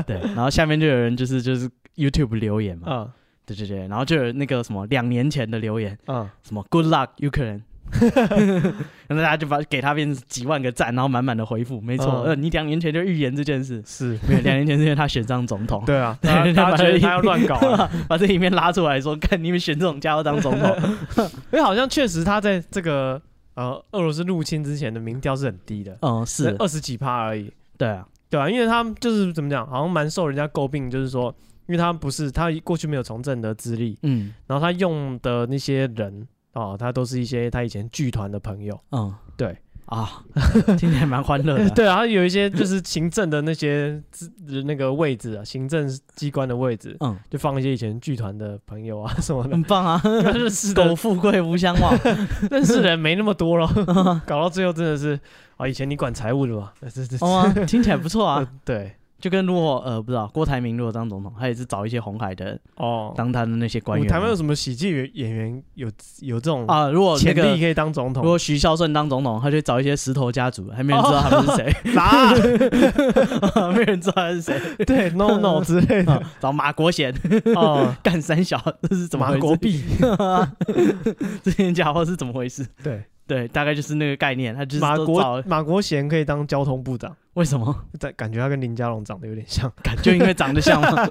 对，然后下面就有人就是就是 YouTube 留言嘛，
嗯，
对对对，然后就有那个什么两年前的留言，
嗯，
什么 Good luck
[laughs]
Ukraine。然后大家就把给他变成几万个赞，然后满满的回复，没错，
嗯
呃，你两年前就预言这
[laughs]
件事，
是，
没有，两年前是因为他选上总统，
对啊，
对 [laughs]
大家大家觉得他要乱搞啊， [laughs]
把这里面拉出来说，看你们选这种家伙当
[laughs]
总统，
因为好像确实他在这个呃俄罗斯入侵之前的民调是很低的，
嗯，是，
二十几趴而已，
对啊，
对啊，因为他们就是怎么讲，好像蛮受人家诟病，就是说，因为他不是他过去没有从政的资历，
嗯
然后他用的那些人哦，他都是一些他以前剧团的朋友，
嗯，
对
啊， [laughs] 听起来蛮欢乐的，
[laughs] 对啊，他有一些就是行政的那些资那个位置啊，行政机关的位置，
嗯，
就放一些以前剧团的朋友啊什么的，
很棒 [laughs] 啊，
[laughs] 认识
苟
的
富贵无相
[laughs]
忘，
认识人没那么 [laughs] 多了，搞到最后真的是啊，以前你管财务的 [laughs] 嘛，这这这
哦啊，听起来不错啊，
呃对
就跟如果呃不知道郭台铭如果当总统，他也是找一些红海的人
哦。
当他的那些官
我
员
台湾有
嘛，
什么喜剧演员有有这种
啊，如果那
潜
个
力可以当总
如
统？
果徐孝顺当总统，他就找一些石头家族，还没人知道他们是
[laughs]
谁，啊
啥？ [laughs]
没有人知道他是谁，
对，no [laughs] no 之类 [laughs] 的
啊 [laughs] 找马国贤
哦，
[laughs] 干三小，这是怎么
马
回
国
事？
币，
[laughs] 这件家伙是怎么回事？
[laughs] 对，
对，大概就是那个概念，他就是
马
都
国
找
马国贤可以当交通部长，
为什么？
但感觉他跟林佳龙长得有点 [laughs] 像，
感就因为长得像嘛。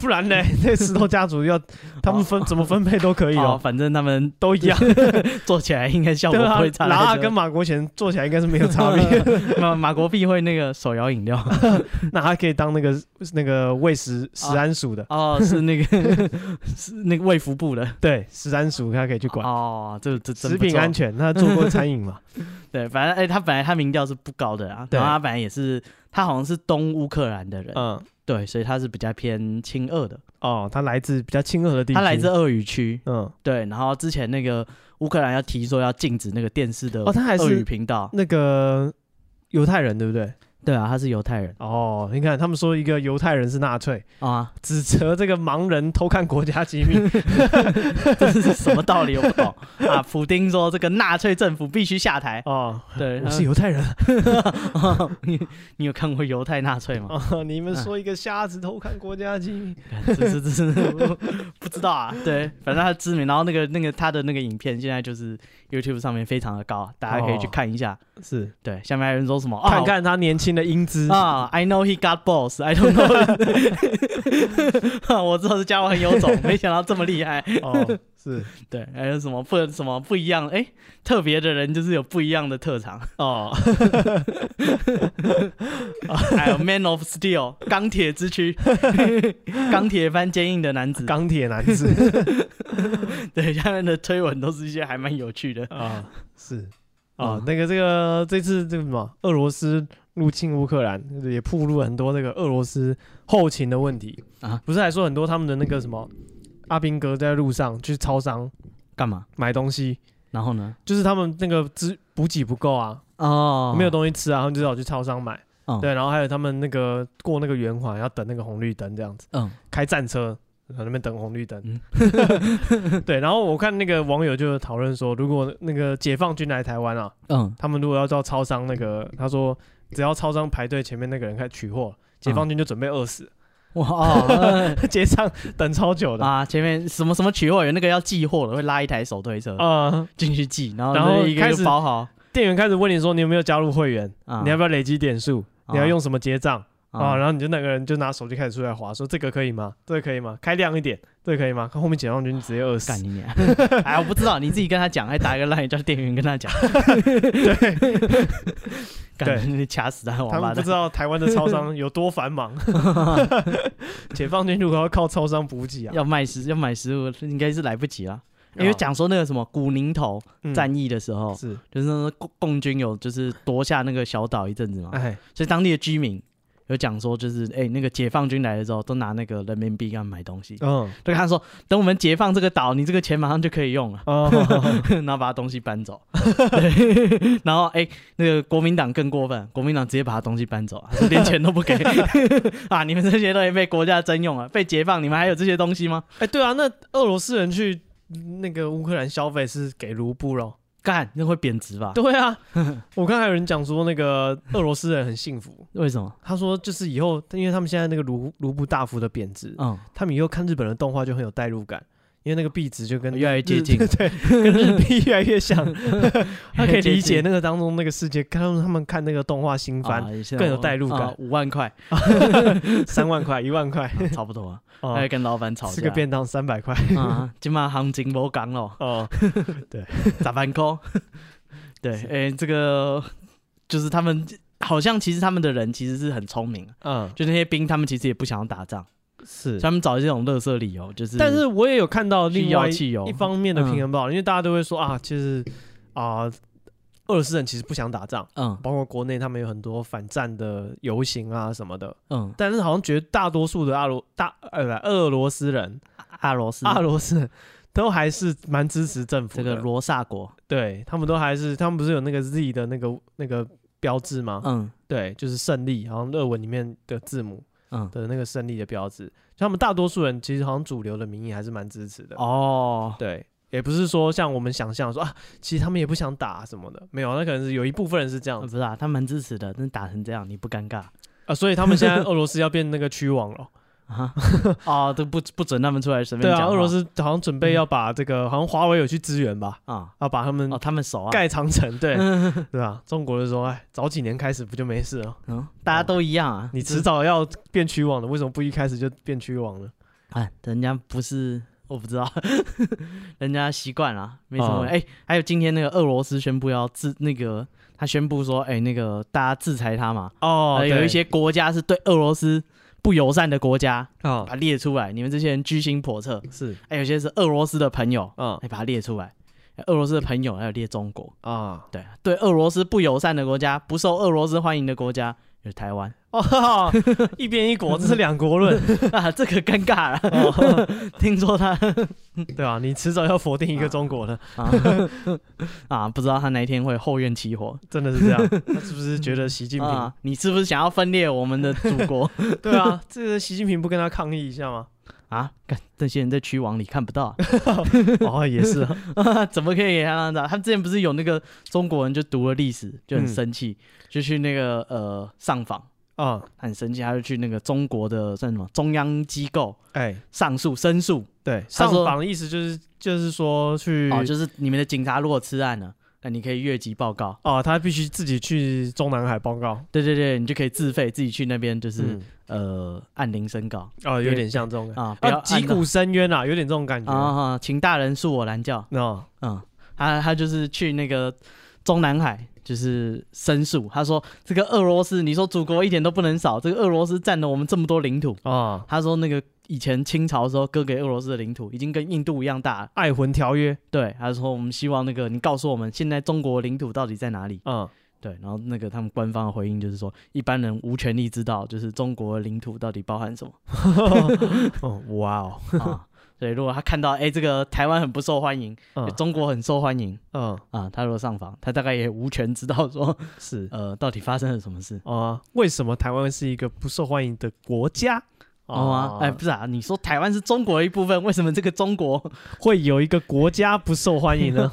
不然呢？ [laughs] 那石头家族要他们分怎么分配都可 [laughs] 以
哦，
哦，
反正他们
都一 [laughs] 样。
做起来应该效
[laughs]
果
对
不
啊
会，差太多。
拉跟马国贤做起来应该是没有差 [laughs] 别。
马马国碧会那个手摇饮料 [laughs]
那他可以当那个那个卫
啊
食食安署的，
哦，是那个是那个卫福部的
对，食安署他可以去管
哦，这这真
食
不
品
错
安全。他做过餐饮嘛？
对，反正哎，他本来他民调是不高的啊，
对
然后他本来也是他好像是东乌克兰的人，
嗯，
[laughs] 对，所以他是比较偏亲俄的，
哦，他来自比较亲俄的地区，
他来自哦俄语区，
嗯，
对，然后之前那个乌克兰要提说要禁止那个电视的
哦，他还
俄语
是
频道，
那个犹太人对不对？
对啊，他是犹太人
哦，你看他们说一个犹太人是纳粹，
啊，
指责这个盲人偷看国家机
[laughs]
密。
这是什么道理？我不懂 [laughs] 啊。普丁说这个纳粹政府必须下台。
哦，
对，
我是犹
[laughs]
太人。
他你你有看过犹太纳粹吗？
哦，你们说一个瞎子偷看国家机密，
这这这是不知道啊。 [laughs] 对，反正他知名，然后那个那个他的那个影片现在就是 YouTube 上面非常的高，大家可以去
哦
看一下。
是
对，下面还有人说什么？啊
看看他年轻的英姿。
啊，I know he got balls, I don't know 。 [laughs] 我知道这家伙很有 [laughs] 种，没想到这么厉害。
哦，
[laughs]
是
对，还有什么不什么不一样？哎，特别的人就是有不一样的特长。
哦，
还有 Man of Steel，钢铁之躯， [laughs] 钢铁般坚硬的男子。
钢铁男子
对，下面的推文都是一些还蛮有趣的。
啊， [laughs] 是
啊
啊，那个这个这次这个什么俄罗斯入侵乌克兰，也暴露了很多这个俄罗斯后勤的问题
啊
啊，不是还说很多他们的那个什么阿兵哥在路上去超商
干嘛？
买东西，
然后呢？
就是他们那个资补给不够啊，
哦，
没有东西吃啊，他们就只好去超商买。
嗯
对，然后还有他们那个过那个圆环要等那个红绿灯这样子，
嗯，
开战车在那边等红绿灯。[laughs]
嗯
对，然后我看那个网友就讨论说，如果那个解放军来台湾啊，
嗯
他们如果要到超商那个，他说只要超商排队前面那个人开始取货，解放军就准备饿死， [laughs]
哇哦
结账等超久的啊。
嗯啊！前面什么什么取货员那个要寄货的，会拉一台手推车进去寄，然后
哦然后
就是一个
开
一个
始
包好。
呃店员开始问你说你有没有加入会员，
啊
你要不要累积点数，你要用什么结账，啊，
啊
然后你就那个人就拿手机开始出来划，说这个可以吗？这个可以吗？开亮一点，这个可以吗？看后面解放军直接饿死
干。你娘！ [laughs] 哎，我不知道，你自己跟他讲，还打一个 line 叫店员跟他讲，
[laughs] 对，对
[laughs] 干你掐死他
他
王八
们不
蛋
知！道台湾的超
[laughs]
商有多繁忙，解放军如果要靠超商补给啊，
要卖食要买食物，应该是来不及了。因为讲说那个什么古宁头
哦嗯
战役的时候，
是，
就是那个共共军有就是夺下那个小岛一阵子嘛，
哎，
所以当地的居民有讲说，就是哎、那个解放军来了之后，都拿那个人民币给他们买东西，
嗯，
就跟他说，等我们解放这个岛，你这个钱马上就可以用了。 [laughs]
哦，
然后把他东西
[laughs]
搬走，对然后哎、那个国民党更过分，国民党直接把他东西搬走，他说连钱都不给 [laughs] 啊！你们这些东西被国家征用了，被解放，你们还有这些东西吗？
哎，对啊，那俄罗斯人去那个乌克兰消费是给卢布咯。 [laughs]
干，那会贬值吧？
对啊，我刚才有人讲说那个俄罗斯人很幸福，
为什么？
他说就是以后，因为他们现在那个卢卢布大幅的贬值， [laughs]
嗯，
他们以后看日本的动画就很有代入感，因为那个币值就跟
越来越接
日
近
[laughs] 对，跟日币越来越
[laughs]
像，他可以理解
那
那个当中那个世界，看他们看那个动画
啊
新番，更有代入感
五
[laughs]
万块、
三万块、一万块，
啊差不多啊，
哦
还会跟老板吵架。
吃个便当三百块，
[laughs] 啊，
[laughs]
今嘛行情无讲咯，
哦，
咋办
[laughs]
空？对，
是
哎，这个就是他们好像其实他们的人其实是很聪明的，啊
嗯，
就那些兵他们其实也不想要打仗，
是
所以。他们找这种乐色理由，就是
但是我也有看到
去
另
要哦嗯
外
汽油
一方面的平衡报，因为大家都会说啊，其实啊，俄罗斯人其实不想打仗，
嗯
包括国内他们有很多反战的游行啊什么的，
嗯，
但是好像绝大多数的阿罗大呃俄罗斯人
阿罗斯
阿罗斯人都还是蛮支持政府
嗯这
的，
个罗萨国，
对他们都还是他们不是有那个 Z 的那个那个标志吗？
嗯
对，就是胜利，好像俄文里面的字母
嗯，
的那个胜利的标志。他们大多数人其实好像主流的民意还是蛮支持的，
哦，
对，也不是说像我们想象说啊，其实他们也不想打什么的，没有，那可能是有一部分人是这样
不
子
是啊，他蛮支持的，但是打成这样你不尴尬？
啊，所以他们现在俄罗斯要变那个区王
[laughs]
了，
啊，哦，都不不准他们出来随
对
便
啊，
讲话。嗯
俄罗斯好像准备要把这个，好像华为有去支援吧，
啊，
要把他们
哦，他们熟啊，
盖长城，
[laughs]
对对吧？中国就说，哎，早几年开始不就没事了？
嗯，大家都一样啊。
你
就
迟
是
早要变区王的，为什么不一开始就变区王呢？
啊，人家不是我不知道， [laughs] 人家习惯了，没什么问
哦
题。哎、还有今天那个俄罗斯宣布要制那个，他宣布说，哎、那个大家制裁他嘛，
哦
呃有一些国家是对俄罗斯不友善的国家，
啊
把它列出来，你们这些人居心叵测。
是
哎、有些是俄罗斯的朋友，
啊
哎、把它列出来。俄罗斯的朋友还有列中国，
啊
对对，俄罗斯不友善的国家，不受俄罗斯欢迎的国家有台湾 [laughs]
哦，一边一国，这是两国论
啊，这个尴尬了。
哦
[laughs] 听说他
对啊，你迟早要否定一个中国的，
啊 [laughs] 啊，不知道他哪一天会后院起火
真的是这样。他是不是觉得习近平？
啊！你是不是想要分裂我们的祖国 [laughs]
对啊，这个习近平不跟他抗议一下吗？
啊？看这些人在区网里看不到、
[laughs] 哦，也是 [laughs] 啊，
啊， [laughs] 怎么可以让他知道？他们之前不是有那个中国人就读了历史就很生气，就去那个呃上访，
啊，
他很生气，他就去那个中国的算什么中央机构
哎，
上诉申诉，
对，
他
上
说
访的意思就是就是说去
哦，就是你们的警察如果吃案了，那你可以越级报告，
哦，他必须自己去中南海报告，
对对对，你就可以自费自己去那边就是、
嗯
呃按铃申告
哦，有点像这种感觉
啊，不要
啊，
按
击
到
鼓深渊啊，有点这种感觉。哦
啊，请大人恕我拦轿。
那
嗯，他他就是去那个中南海，就是申诉，他说这个俄罗斯，你说祖国一点都不能少，这个俄罗斯占了我们这么多领土。
啊，
他说那个以前清朝的时候割给俄罗斯的领土已经跟印度一样大了。
《爱魂条约》
对，他说我们希望那个你告诉我们现在中国领土到底在哪里。
啊，
对，然后那个他们官方的回应就是说，一般人无权利知道，就是中国的领土到底包含什么。
[laughs] 哦，哇哦，
啊，所以如果他看到哎、这个台湾很不受欢迎，
嗯
中国很受欢迎
嗯，
啊，他如果上访，他大概也无权知道说
是
呃到底发生了什么事。
啊，为什么台湾是一个不受欢迎的国家？
哦啊，哎、不是啊，你说台湾是中国的一部分，为什么这个中国
会有一个国家不受欢迎呢？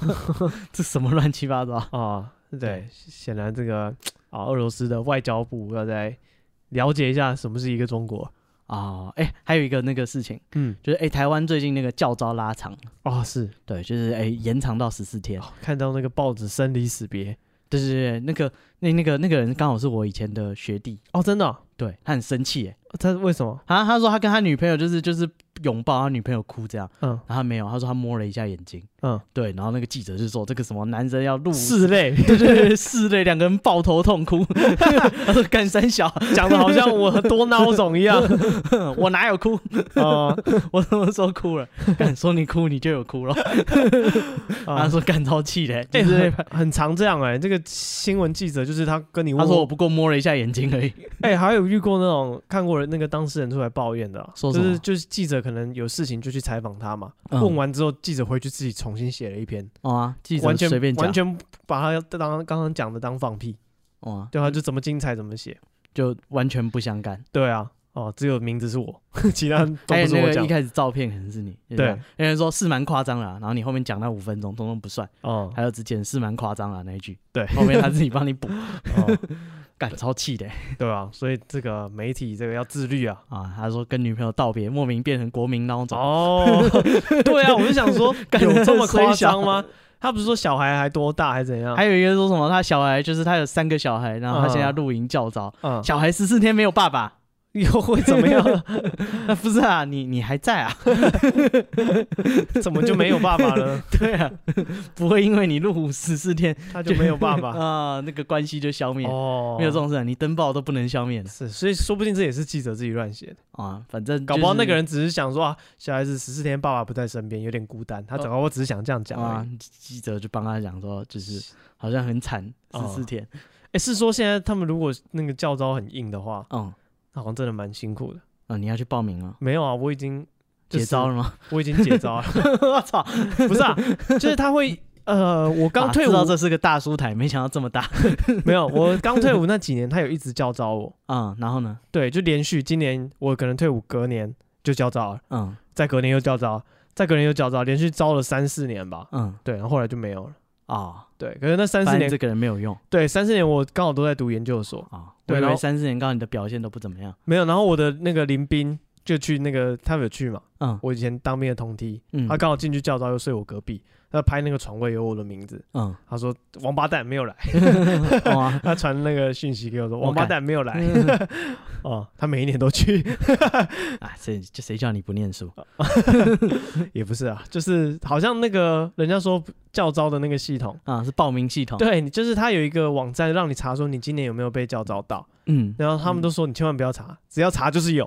这什么乱七八糟？
啊，对
对，
显然这个啊，俄罗斯的外交部要再了解一下什么是一个中国。
啊，哎、还有一个那个事情，
嗯，
就是哎、台湾最近那个教招拉长，
啊，是哦
对，就是哎、延长到十四天。
看到那个报纸生离死别
对对对，那个那那个那个人刚好是我以前的学弟，
哦，真的哦、
对他很生气哎，
他为什么？
啊，他说他跟他女朋友就是就是拥抱，他女朋友哭这样，
嗯
然后他没有，他说他摸了一下眼睛，
嗯，
对，然后那个记者就说这个什么男生要入 [laughs]
室内
对对对，室内两个人抱头痛哭， [laughs] 他说干三小，
[laughs]
[laughs]
讲的好像我多孬种一样
我哪有哭，
啊
我什么时候哭了？敢说你哭你就有哭了， [laughs] 他
啊！
说干超气的，
哎、
就是 [laughs]
很很常这样哎、这个新闻记者就是他跟你
他
问
说我不过摸了一下眼睛而已，
哎、还有遇过那种看过人那个当事人出来抱怨的啊、
说
就
什
是
么
就是记者可能有事情就去采访他嘛，
嗯
问完之后记者回去自己重新写了一篇，
哦啊，记者
完全
随便
完
讲，
全把他当刚刚讲的当放屁，
哦啊，
对啊，就怎么精彩怎么写，
就完全不相干。
对啊，哦，只有名字是我， [laughs] 其
[laughs]
他都
还
不
有
是
那
我
个
讲
一，开始照片可能是你，就这样
对，
有人说是蛮夸张了，然后你后面讲那五分钟通通不算， [laughs]
哦、
还有之前是蛮夸张了那一句，
对
后面他自己帮你补， [laughs]
哦，
干超气的欸
对啊，所以这个媒体这个要自律
[laughs]
啊，
啊！他说跟女朋友道别，莫名变成国民孬种， [laughs]
哦，对啊，我就想说
干
有这么夸
衰小
张吗？他不是说小孩还多大还怎样？
还有一个说什么他小孩就是他有三个小孩，然后他现在要露营教招，
嗯，
小孩十四天没有爸爸， [laughs]
又会怎么样？
那不是啊，你你还在
[laughs]
啊？
怎么就没有爸爸
[laughs]
了？
对啊，不会因为你露十四天
他就没有爸爸
[laughs] 啊，那个关系就消灭。
哦，
没有这种事、啊，你登报都不能消灭的
是，所以说不定这也是记者自己乱写的，
啊！反正、
搞不好那个人只是想说啊，小孩子十四天爸爸不在身边，有点孤单，他
哦
搞不好只是想这样讲而
啊
已。，
记者就帮他讲说，就是好像很惨，十
哦
四天，
哎，是说现在他们如果那个教招很硬的话，
嗯，
好像真的蛮辛苦的。
啊，你要去报名啊，
没有啊，我已经
结招了，吗？
就是我已经解招
[laughs]
了，
我操！
不是啊，就是他会呃，我刚
啊
退伍
知道这是个大书台，没想到这么大。 [laughs]
没有，我刚退伍那几年他有一直教招我，
嗯，然后呢？
对，就连续今年我可能退伍，隔年就教招了。
嗯
再隔年又叫招，再隔年又叫招，连续招了三四年吧。
嗯
对，然后后来就没有了。
哦，
对，可是那三四
发现
年，
这个人没有用
对三四年我刚好都在读研究所，
啊。
对
我以
然后
为三四年刚好你的表现都不怎么样。
没有。然后我的那个林斌就去那个，他们有去嘛？
嗯
我以啊前当兵的同梯，
嗯
他刚好进去叫招，又睡我隔壁，他拍那个床位有我的名字， [laughs]
嗯，哦啊
他说王八蛋没有来， [laughs]
哇，
他传那个讯息给我说
我
王八
看
蛋没有来。
嗯
哦，他每一年都去， [laughs]
啊，谁就谁叫你不念
哦
书？
也不是啊，就是好像那个人家说叫招的那个系统。
啊，是报名系统。，
对，你就是他有一个网站让你查说你今年有没有被叫招到，
嗯，
然后他们都说你千万不要查，只要查就是有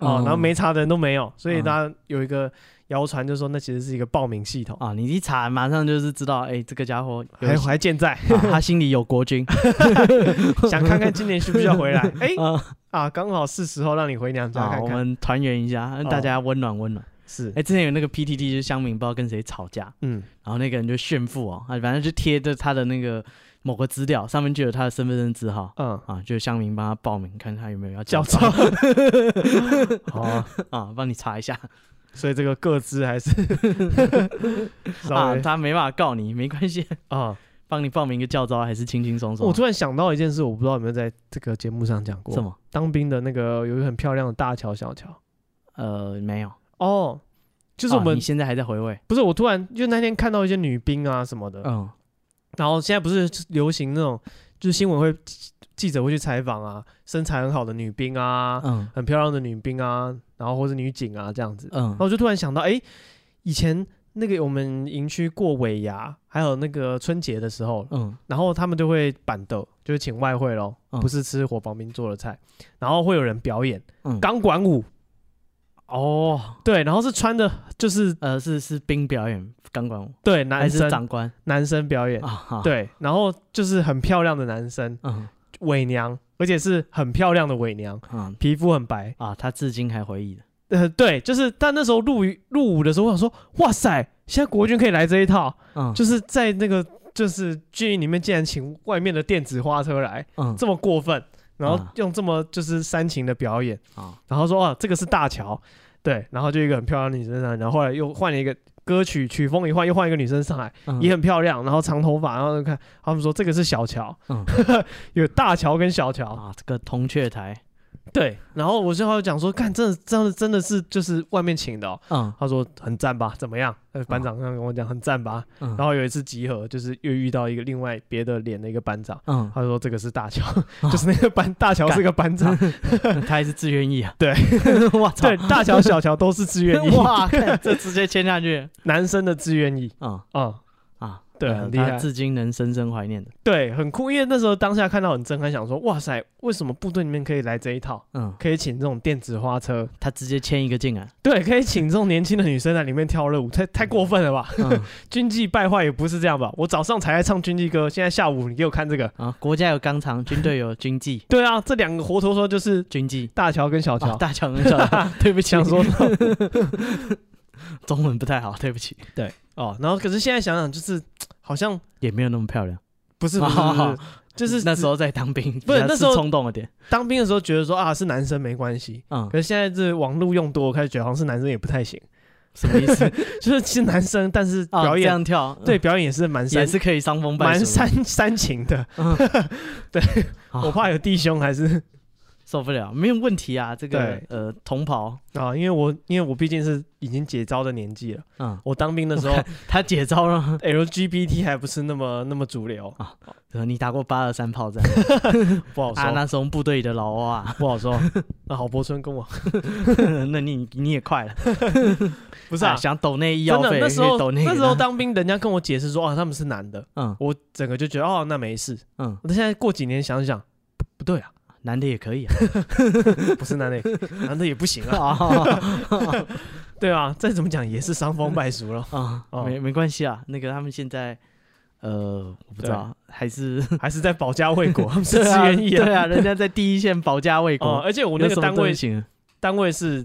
哦，然后没查的人都没有，所以大家有一个谣传就说那其实是一个报名系统，
啊，你一查马上就是知道，哎，这个家伙
哦
有
还还健 [laughs] 在，
啊他心里有
[laughs]
国军
想看看今年需不需要回来？哎
啊
啊，刚好是时候让你回娘家
啊，
看
我
看
们团圆一下，让大家温暖温暖。
是
哎、，之前有那个 PTT 就是乡民不知道跟谁吵架，
嗯，
然后那个人就炫富哦，啊，反正就贴着他的那个某个资料上面就有他的身份证字号
嗯，
啊，就乡民帮他报名，看他有没有要
教
叫
招
招
好啊，
啊，帮你查一下
[laughs] 所以这个各自 [laughs] 还是稍
啊，
微
他没办法告你，没关系，
啊。哦
帮你报名一个教招还是轻轻松松。
我突然想到一件事，我不知道有没有在这个节目上讲过，
什？么？
当兵的那个有一个很漂亮的大乔小乔
呃，没有，
哦，就
就是
我们、
你现在还在回味，
不是我突然就那天看到一些女兵啊什么的，
嗯，
然后现在不是流行那种，就是新闻会记者会去采访啊，身材很好的女兵啊，
嗯
很漂亮的女兵啊，然后或者女警啊这样子。
嗯
然后我就突然想到，哎，以前那个我们营区过尾牙，还有那个春节的时候，
嗯
然后他们就会板豆，就是请外汇咯，
嗯
不是吃火房兵做的菜，然后会有人表演
嗯，
钢管舞，
哦，
对，然后是穿的就是
呃，是是兵表演钢管舞，
对
还
男
是
生
长官
男生表演，
啊？哈，
对，然后就是很漂亮的男生。
嗯
伪娘，而且是很漂亮的伪娘，
嗯
皮肤很白。
啊，他至今还回忆的，
呃，对，就是但那时候入伍入伍的时候，我想说，哇塞，现在国军可以来这一套，
嗯，
就是在那个就是军营里面，竟然请外面的电子花车来，
嗯
这么过分，然后
啊
用这么就是煽情的表演，
啊
然后说啊，这个是大乔，对，然后就一个很漂亮的女生上来，然后后来又换了一个歌曲曲风一换，又换一个女生上来，
嗯
也很漂亮，然后长头发，然后就看他们说这个是小乔，
嗯
[laughs] 有大乔跟小乔，
啊，这个铜雀台，
对，然后我就后来讲说，看，真的，这样子真的是就是外面请的、哦。
嗯
他说很赞吧，怎么样？呃，班长刚刚跟我讲很赞吧。
嗯，
然后有一次集合，就是又遇到一个另外别的连的一个班长，
嗯，
他说这个是大
[laughs]
乔，就是那个班大乔是个班长，嗯
他还是自愿意啊，
对，
我操，
对，大乔小乔都是志愿役，
[laughs] 哇，
[laughs]
看这直接签下去，
男生的志愿役
嗯
啊、
啊，
对
呃
很厉害
他至今能深深怀念的，
对，很酷。因为那时候当下看到很震撼，想说哇塞，为什么部队里面可以来这一套，
嗯，
可以请这种电子花车，
他直接签一
[laughs]
个进来，
对，可以请这种年轻的女生在里面跳热舞，太太过分了吧？
嗯
军纪败坏也不是这样吧？我早上才来唱军纪歌，现在下午你给我看这个。
啊，国家有纲常，军队有军纪，
对啊，这两个活脱脱就是
军纪。
大乔跟小
啊，
乔。
大乔跟小
[laughs]
乔，对不起，
想说
中文不太好，对不起，
哦，然后可是现在想想，就是好像
也没有那么漂亮。
不
[laughs]
是不是，不是不是就是
那时候在当兵，
不是那时候
冲动了点，
当兵的时候觉得说啊是男生没关系，
嗯，
可是现在这网络用多，我开始觉得好像是男生也不太行， [laughs]
什么意思？
就是其实男生但是
啊，
表
这
演、
样跳，
对表演也是蛮
嗯，也
煽
是可以伤风败
蛮
俗的。嗯
煽煽情的，
[laughs]
[laughs]
啊
我怕有弟兄还是
受不了，没有问题啊，这个
对
呃同袍，
啊，因为我因为我毕竟是已经解招的年纪了，
嗯，
我当兵的
[laughs]
时候
他解招了，
LGBT 还不是那么那么主流，
[laughs] 呃你打过八二三炮战
不好说，
啊？那时候部队里的老欧啊， [laughs]
不好说。那郝柏村跟我
那你你也快了，
不
不
是啊，
想抖那医
真
药
的
费，
那时候
可以抖
那时候
个
当兵，人家跟我解释说啊他们是男的，
嗯
我整个就觉得哦那没事。
嗯，
那现在过几年想想不不对啊，
男的也
[laughs]
可以啊，
不是男的，
[laughs]
男的也不行啊，
啊，
对啊，再怎么讲也是伤风败俗了
[laughs] 啊
哦
没没关系啊，那个他们现在呃我不知道，还
[laughs]
是
还是在保家卫国，他们是
[laughs] 对
自
啊
愿役啊。
对啊，人家在第一线保家卫
哦，
国，
而且我那
有
个
什么
单位
都行了，
单位是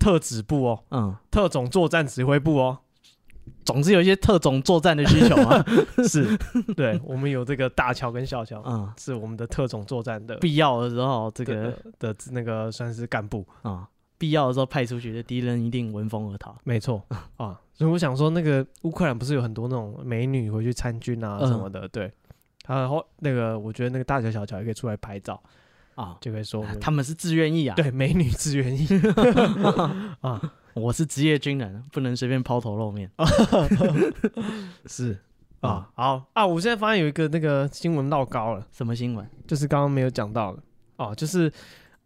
特指部哦，
嗯，
特种作战指挥部哦，
总是有一些特种作战的需求
[laughs]
啊， [laughs]
是，对我们有这个大乔跟小乔，
嗯，
是我们的特种作战的
必要的时候这
这
个
个的那个算是干部，
啊、必要的时候派出去的敌人一定闻风而逃。
没错啊，所以我想说，那个乌克兰不是有很多那种美女回去参军啊
嗯
什么的，对。然后那个，我觉得那个大乔小乔也可以出来拍照，
啊、
就可以说
他们是自愿意啊，
对美女志愿
[laughs]
役啊，
我是职业军人，不能随便抛头露面。
[laughs] 是
嗯
啊，好啊，我现在发现有一个那个新闻闹高了，
什么新闻？
就是刚刚没有讲到的哦、就是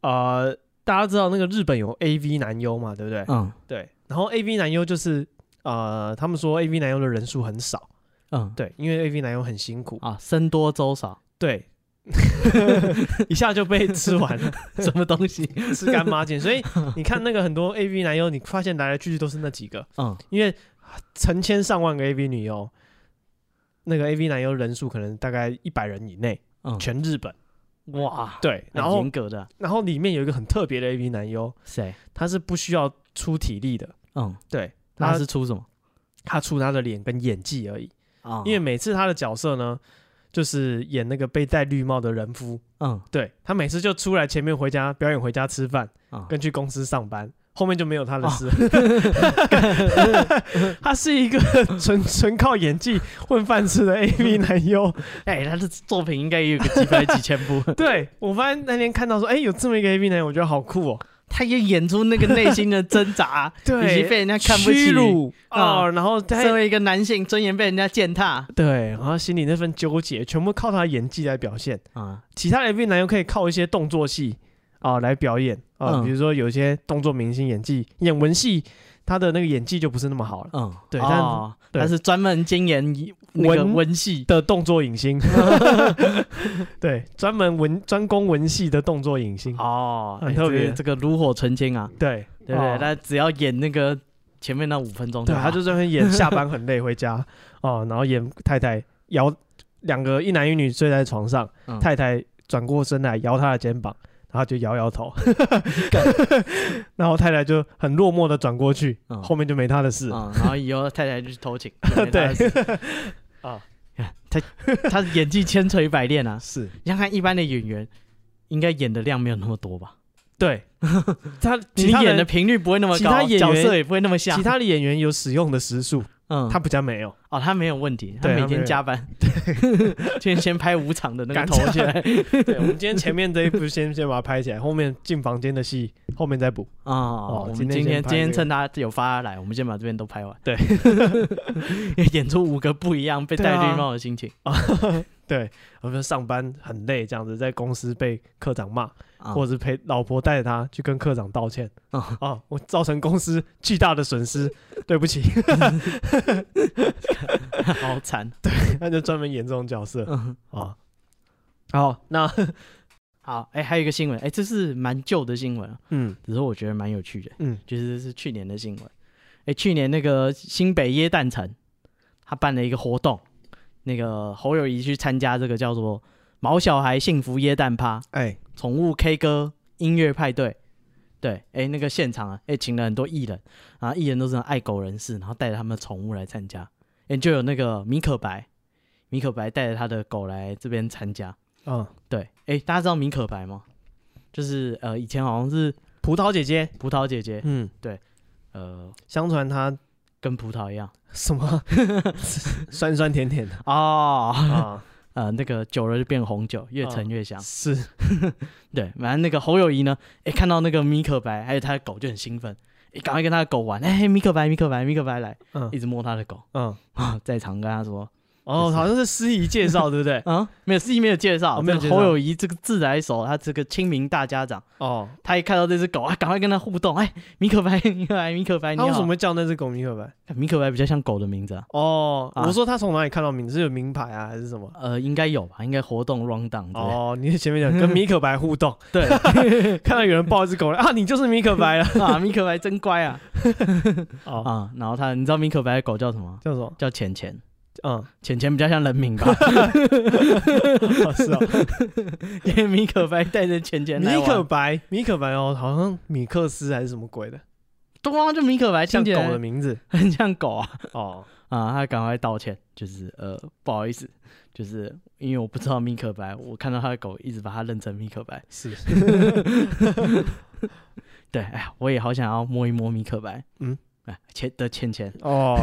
呃，大家知道那个日本有 A V 男优嘛，对不对？
嗯
对，然后 A V 男优就是呃，他们说 A V 男优的人数很少，
嗯，
对，因为 A V 男优很辛苦，
啊，僧多
[laughs]
粥少， [laughs]
对，一下就被吃完了，
什么东西？
吃干抹净。所
[laughs]
以你看那个很多 A V 男优，你发现来来去去都是那几个，
嗯
因为成千上万个 A V 女优，那个 A V 男优人数可能大概一百人以内，
嗯，
全日本。
哇，
对，然
很
后
严格的啊
然后里面有一个很特别的 A V 男优，
谁？
他是不需要出体力的，
嗯，
对，
那
他
是出什么？
他出他的脸跟演技而已，
啊
因为每次他的角色呢，就是演那个被戴绿帽的人夫，
嗯
对他每次就出来前面回家表演，回家吃饭，
啊
跟去公司上班，后面就没有他的事。 [laughs] 他是一个纯纯靠演技混饭吃的 AV 男优。
哎、他的作品应该也有个几百几千部，
[laughs] 对我发现那天看到说，哎、有这么一个 AV 男优，我觉得好酷哦。
他也演出那个内心的
[laughs]
挣扎，以
对，
及被人家看不起
屈，辱
啊
哦，然后
身
他
为一个男性尊严被人家践踏
对，然后心里那份纠结，全部靠他的演技来表现。
啊，
其他的 AV 男优可以靠一些动作戏啊、来表演啊、
嗯
比如说有一些动作明星演技演文戏，他的那个演技就不是那么好了。
嗯，
对但
哦、
对
他是专门精研那个
文
文戏，
的动作影
[laughs]
星，对，专门文专攻文戏的动作影星，
哦，
很
哎
特
这个
别
这个炉火纯青啊，
对
对不
哦
对？他只要演那个前面那五分钟，
对，他就专门演下班很累回家 [laughs] 哦，然后演太太摇两个一男一女睡在床上，
嗯
太太转过身来摇他的肩膀，然后他就摇摇
[laughs]
头， [laughs] 然后太太就很落寞的转过去，
嗯
后面就没他的事了。
嗯，然后以后太太就去偷
[laughs]
情，
对，
啊
[laughs] 啊，
他他演技千锤百炼啊！
是
你想看一般的演员，应该演的量没有那么多吧？ [laughs]
对他
你
其他
演的
人
频率不会那么
其他
高，
演员
角色也不会那么像。
其他的演员有使用的时数，
嗯，
他比较没有。
哦，他没有问题，他
对
每
他没
天
有
加班， [laughs] 今天先拍五场的那个
赶
头起
[laughs]
来
对，我们今天前面这一部先先把它拍起来，后面进房间的戏后面再补。
哦，我们今
今天
天
先拍
今天
这个
趁他有发来，我们先把这边都拍完。
对，
[laughs] 演出五个不一样被
对
戴
啊
绿帽的心情
对，我们上班很累，这样子在公司被科长骂，
啊
或者是陪老婆带着他去跟科长道歉。
啊
啊、我造成公司巨大的损失，对不起。 [laughs]
[laughs] 好惨。
他就专门演这种角色
嗯
啊。 [laughs] 好， [laughs] 那
好，哎、还有一个新闻，哎、这是蛮旧的新闻啊，
嗯
只是我觉得蛮有趣的，
嗯，
就是是去年的新闻。哎、去年那个新北耶诞城，他办了一个活动，那个侯友谊去参加这个叫做“毛小孩幸福耶诞趴
哎、”
宠物 K 歌音乐派对。对，哎、那个现场啊，哎、请了很多艺人啊，艺人都是那种爱狗人士，然后带着他们的宠物来参加。哎、就有那个米可白，米可白带着他的狗来这边参加。
嗯，
对，哎，大家知道米可白吗？就是呃，以前好像是
葡萄姐姐，
葡萄姐姐，
嗯，
呃，
相传 [laughs] 她
跟葡萄一样
什么酸酸甜甜的 [laughs]
哦，
啊，
呃，那个久了就变红酒，越
嗯
陈越香。
是
对，反正那个侯友谊呢，哎，看到那个米可白还有他的狗就很兴奋，哎，赶快跟他的狗玩，哎，米可白，米可白，米可白来，
嗯
一直摸他的狗 [laughs]
嗯，
啊，在场跟他说，
哦，好像是司仪介绍，对不 [laughs] 对？
啊，没有，司仪没有介绍，
哦没有
这
介
个
绍
侯友谊这个自来熟，他这个亲民大家长，
哦，
他一看到这只狗啊，赶快跟他互动，哎，米可白，米可白，米可白，哎你
他为什
好
么，会叫那只狗米可白？
米可白比较像狗的名字啊。
哦，
啊
我说他从哪里看到名字？是有名牌啊，还是什么？
呃，应该有吧，应该活动 round down 之类的。
哦，你在前面讲跟米可白互
[laughs]
动，
对
[laughs] 看到有人抱一只狗来啊，你就是米可白了。
[laughs] 啊，米可白真乖啊
哦，
啊！然后他，你知道米可白的狗叫什么？
叫什么？
叫浅浅， [laughs]
嗯，
浅浅比较像人
[laughs]
名吧，
哦是哦， [laughs]
因为米可白带着浅浅
米
来玩
可白，米可白哦，好像米克斯还是什么鬼的，
对啊，就米可白听
像
起
狗
来
的名字。
很像狗啊
哦，
啊！他赶快道歉，就是呃不好意思，就是因为我不知道米可白，我看到他的狗一直把它认成米可白。
是，
[laughs] 对，哎呀，我也好想要摸一摸米可白，嗯
嗯，
哎，浅的浅浅，
哦，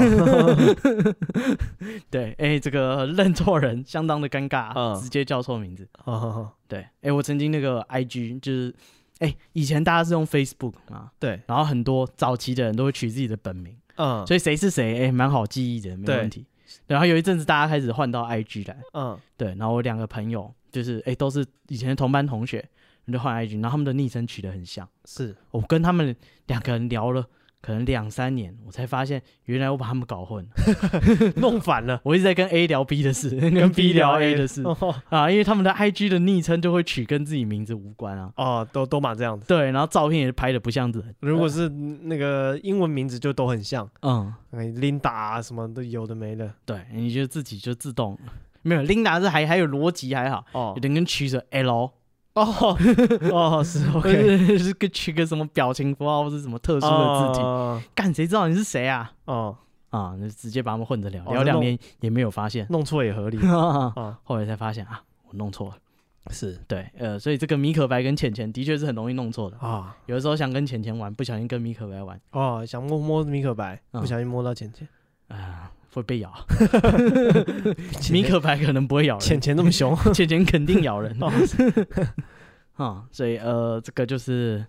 对，哎，这个认错人相当的尴尬啊，
嗯
直接叫错名字。
[laughs] 哦，
对，哎、我曾经那个 IG 就是，哎、以前大家是用 Facebook 嘛，
对，
然后很多早期的人都会取自己的本名，
嗯，
所以谁是谁，哎、蛮好记忆的，没
对
问题。然后有一阵子大家开始换到 IG 来，
嗯，
对，然后我两个朋友就是，哎、都是以前的同班同学，你就换 IG，然后他们的昵称取得很像。 [laughs]
是，
我跟他们两个人聊了可能两三年，我才发现原来我把他们搞混了。
弄反了，
我一直在跟 A 聊 B 的事，跟 B 聊 A 的事
哦，
啊，因为他们的 IG 的昵称就会取跟自己名字无关啊。
哦，都都嘛这样子。
对，然后照片也拍的不像人。
如果是那个英文名字就都很像，
嗯，
哎，Linda 啊什么都有的没的。
对，你就自己就自动没有。Linda 是还还有逻辑还好，
哦
有，人跟取者 L
哦 [laughs] 哦， [laughs] 是
[laughs]
OK
或者是个取个什么表情符号或是什么特殊的字体，
哦
干谁知道你是谁啊？
哦，
啊，那直接把他们混着聊，
哦
聊
那
两
弄
年也没有
[laughs]
发现，
弄错也合理啊。
后来才发现啊，我弄错了。
是
对，呃，所以这个米可白跟浅浅的确是很容易弄错的。
啊
有的时候想跟浅浅玩，不小心跟米可白玩，
哦，想摸摸米可白，
嗯
不小心摸到浅浅，
啊、会被咬。米可白可能不会咬人
浅，浅那么 [laughs] 凶
[laughs] 浅浅肯定咬人。 [laughs]
哦
啊、所以呃，这个就是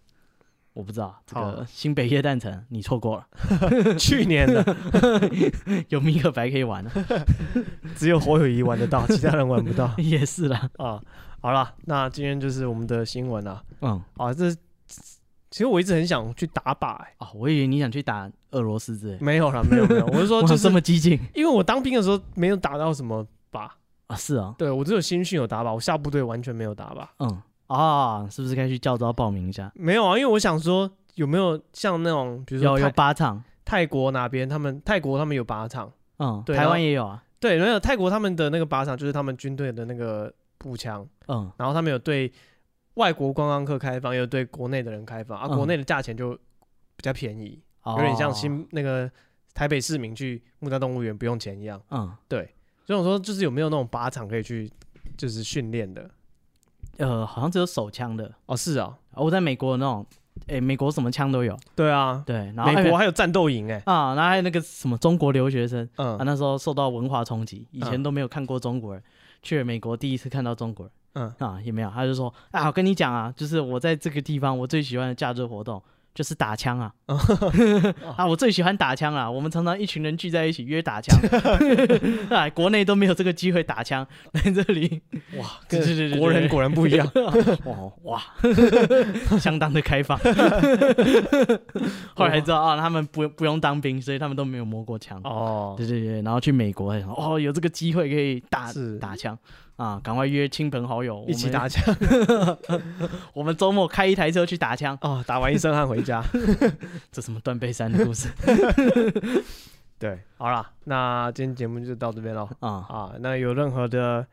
我不知道这个
好
新北夜诞城你错过了， [laughs]
去年的
有米可白可以玩了，啊
只有侯友谊玩得到， [laughs] 其他人玩不到
[laughs] 也是啦。
啊。好了，那今天就是我们的新闻啊
嗯，
啊，这其实我一直很想去打靶、欸，
哦，我以为你想去打俄罗斯之类，
没有啦，没有没有，我 [laughs] 是说
哇，
就
这
是
么激进
因为我当兵的时候没有打到什么靶，
啊？是啊，
对我只有新训有打靶，我下部队完全没有打靶。
嗯啊，是不是该去教招报名一下？
没有啊，因为我想说有没有像那种，比如
有
说
有
泰
八场，
泰国哪边，他们泰国他们有靶场，
嗯，
对
台
然后
湾也有啊，
对，没有泰国他们的那个靶场就是他们军队的那个步枪，
嗯，
然后他们有对外国观光客开放，也有对国内的人开放，啊，
嗯哦
国内的价钱就比较便宜，
有
有点像，新那个台北市民去木栅动物园不用钱一样。
嗯，
所以我说就是有没有那种靶场可以去就是训练的？
呃，好像只有手枪的，
哦，是啊，
啊我在美国有那种，诶，美国什么枪都有，
对啊，
对，然后
美国
哎
还有战斗营哎，
啊，然后还有那个什么中国留学生，
嗯
啊，那时候受到文化冲击，以前
嗯
都没有看过中国人，去了美国第一次看到中国人
嗯，
啊，也没有，他就说啊，我跟你讲啊，就是我在这个地方，我最喜欢的假日活动就是打枪啊，
哦
[laughs] 啊，我最喜欢打枪啊，我们常常一群人聚在一起约打
[laughs]
枪，啊，国内都没有这个机会打枪，来这里，
哇，
对
跟
对对对
国人
对
果然不一样。
哦， [laughs] 哇， [laughs] 相当的开
[laughs]
放。后来才知道啊，他们不不用当兵，所以他们都没有摸过枪。
哦，
对对对，然后去美国，然后哦，有这个机会可以打
是
打枪啊，赶快约亲朋好友
一起打
我
架
们我们周末开一台车去打枪，
[laughs] 哦，打完一身汗回家。
这什么断背山的故事
[laughs] 对，好啦，那今天节目就到这边喽。
啊？
啊，那有任何的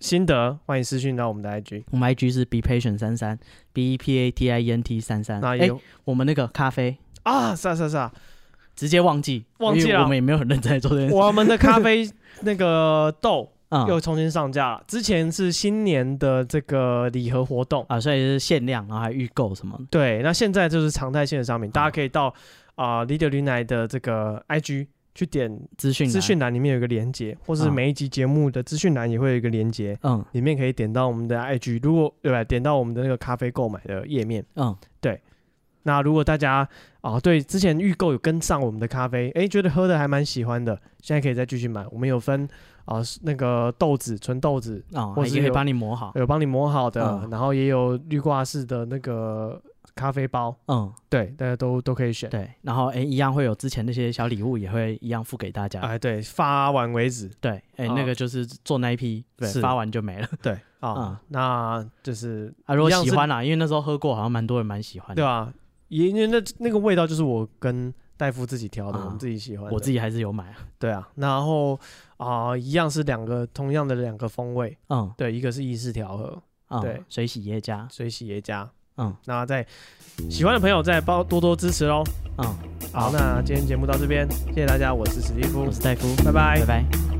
心得，欢迎私讯到我们的 IG。
我们 IG 是 be patient 三三 b e p a t i e n t 三三。
那
哎
也有、
我们那个咖啡
啊，是啊是啊是啊，
直接忘记，
忘记
因为
了
我们也没有很认真在做这件
[laughs]
事。
我们的咖啡那个豆
啊、
又重新上架了。之前是新年的这个礼盒活动，
啊，所以是限量，然后还预购什么的。
对，那现在就是常态性的商品，大家可以到啊 Leader 驴奶的这个 IG 去点
资讯
资
栏
讯栏里面有一个连接，或是
啊
每一集节目的资讯栏也会有一个连接，
嗯
里面可以点到我们的 IG，如果对吧？点到我们的那个咖啡购买的页面。
嗯，
那如果大家啊对之前预购有跟上我们的咖啡，诶，觉得喝的还蛮喜欢的，现在可以再继续买。我们有分啊那个豆子纯豆子，
哦，
或
还
是
可以
有
帮你磨好。
有帮你磨好的，
嗯
然后也有绿挂式的那个咖啡包，
嗯，
对，大家都都可以选。
对，然后哎，一样会有之前那些小礼物，也会一样付给大家。
哎，对，发完为止。
对，哎，
啊
那个就是做那一批，对，
是
发完就没了。
[laughs] 对啊，
嗯
那就是
啊，如果
一样是
喜欢啦，因为那时候喝过，好像蛮多人蛮喜欢的。
对吧？也因为那那个味道就是我跟戴夫自己挑的，
啊
嗯我们自己喜欢的。
我自己还是有买啊。
对啊，然后啊、一样是两个同样的两个风味，
嗯
对，一个是意式调和，
嗯，
对
水洗耶加。
水洗耶加。
嗯
那在喜欢的朋友再包多多支持喽。
嗯，
好，那今天节目到这边，谢谢大家，我是史蒂夫
我，是戴夫，
拜拜
拜。拜。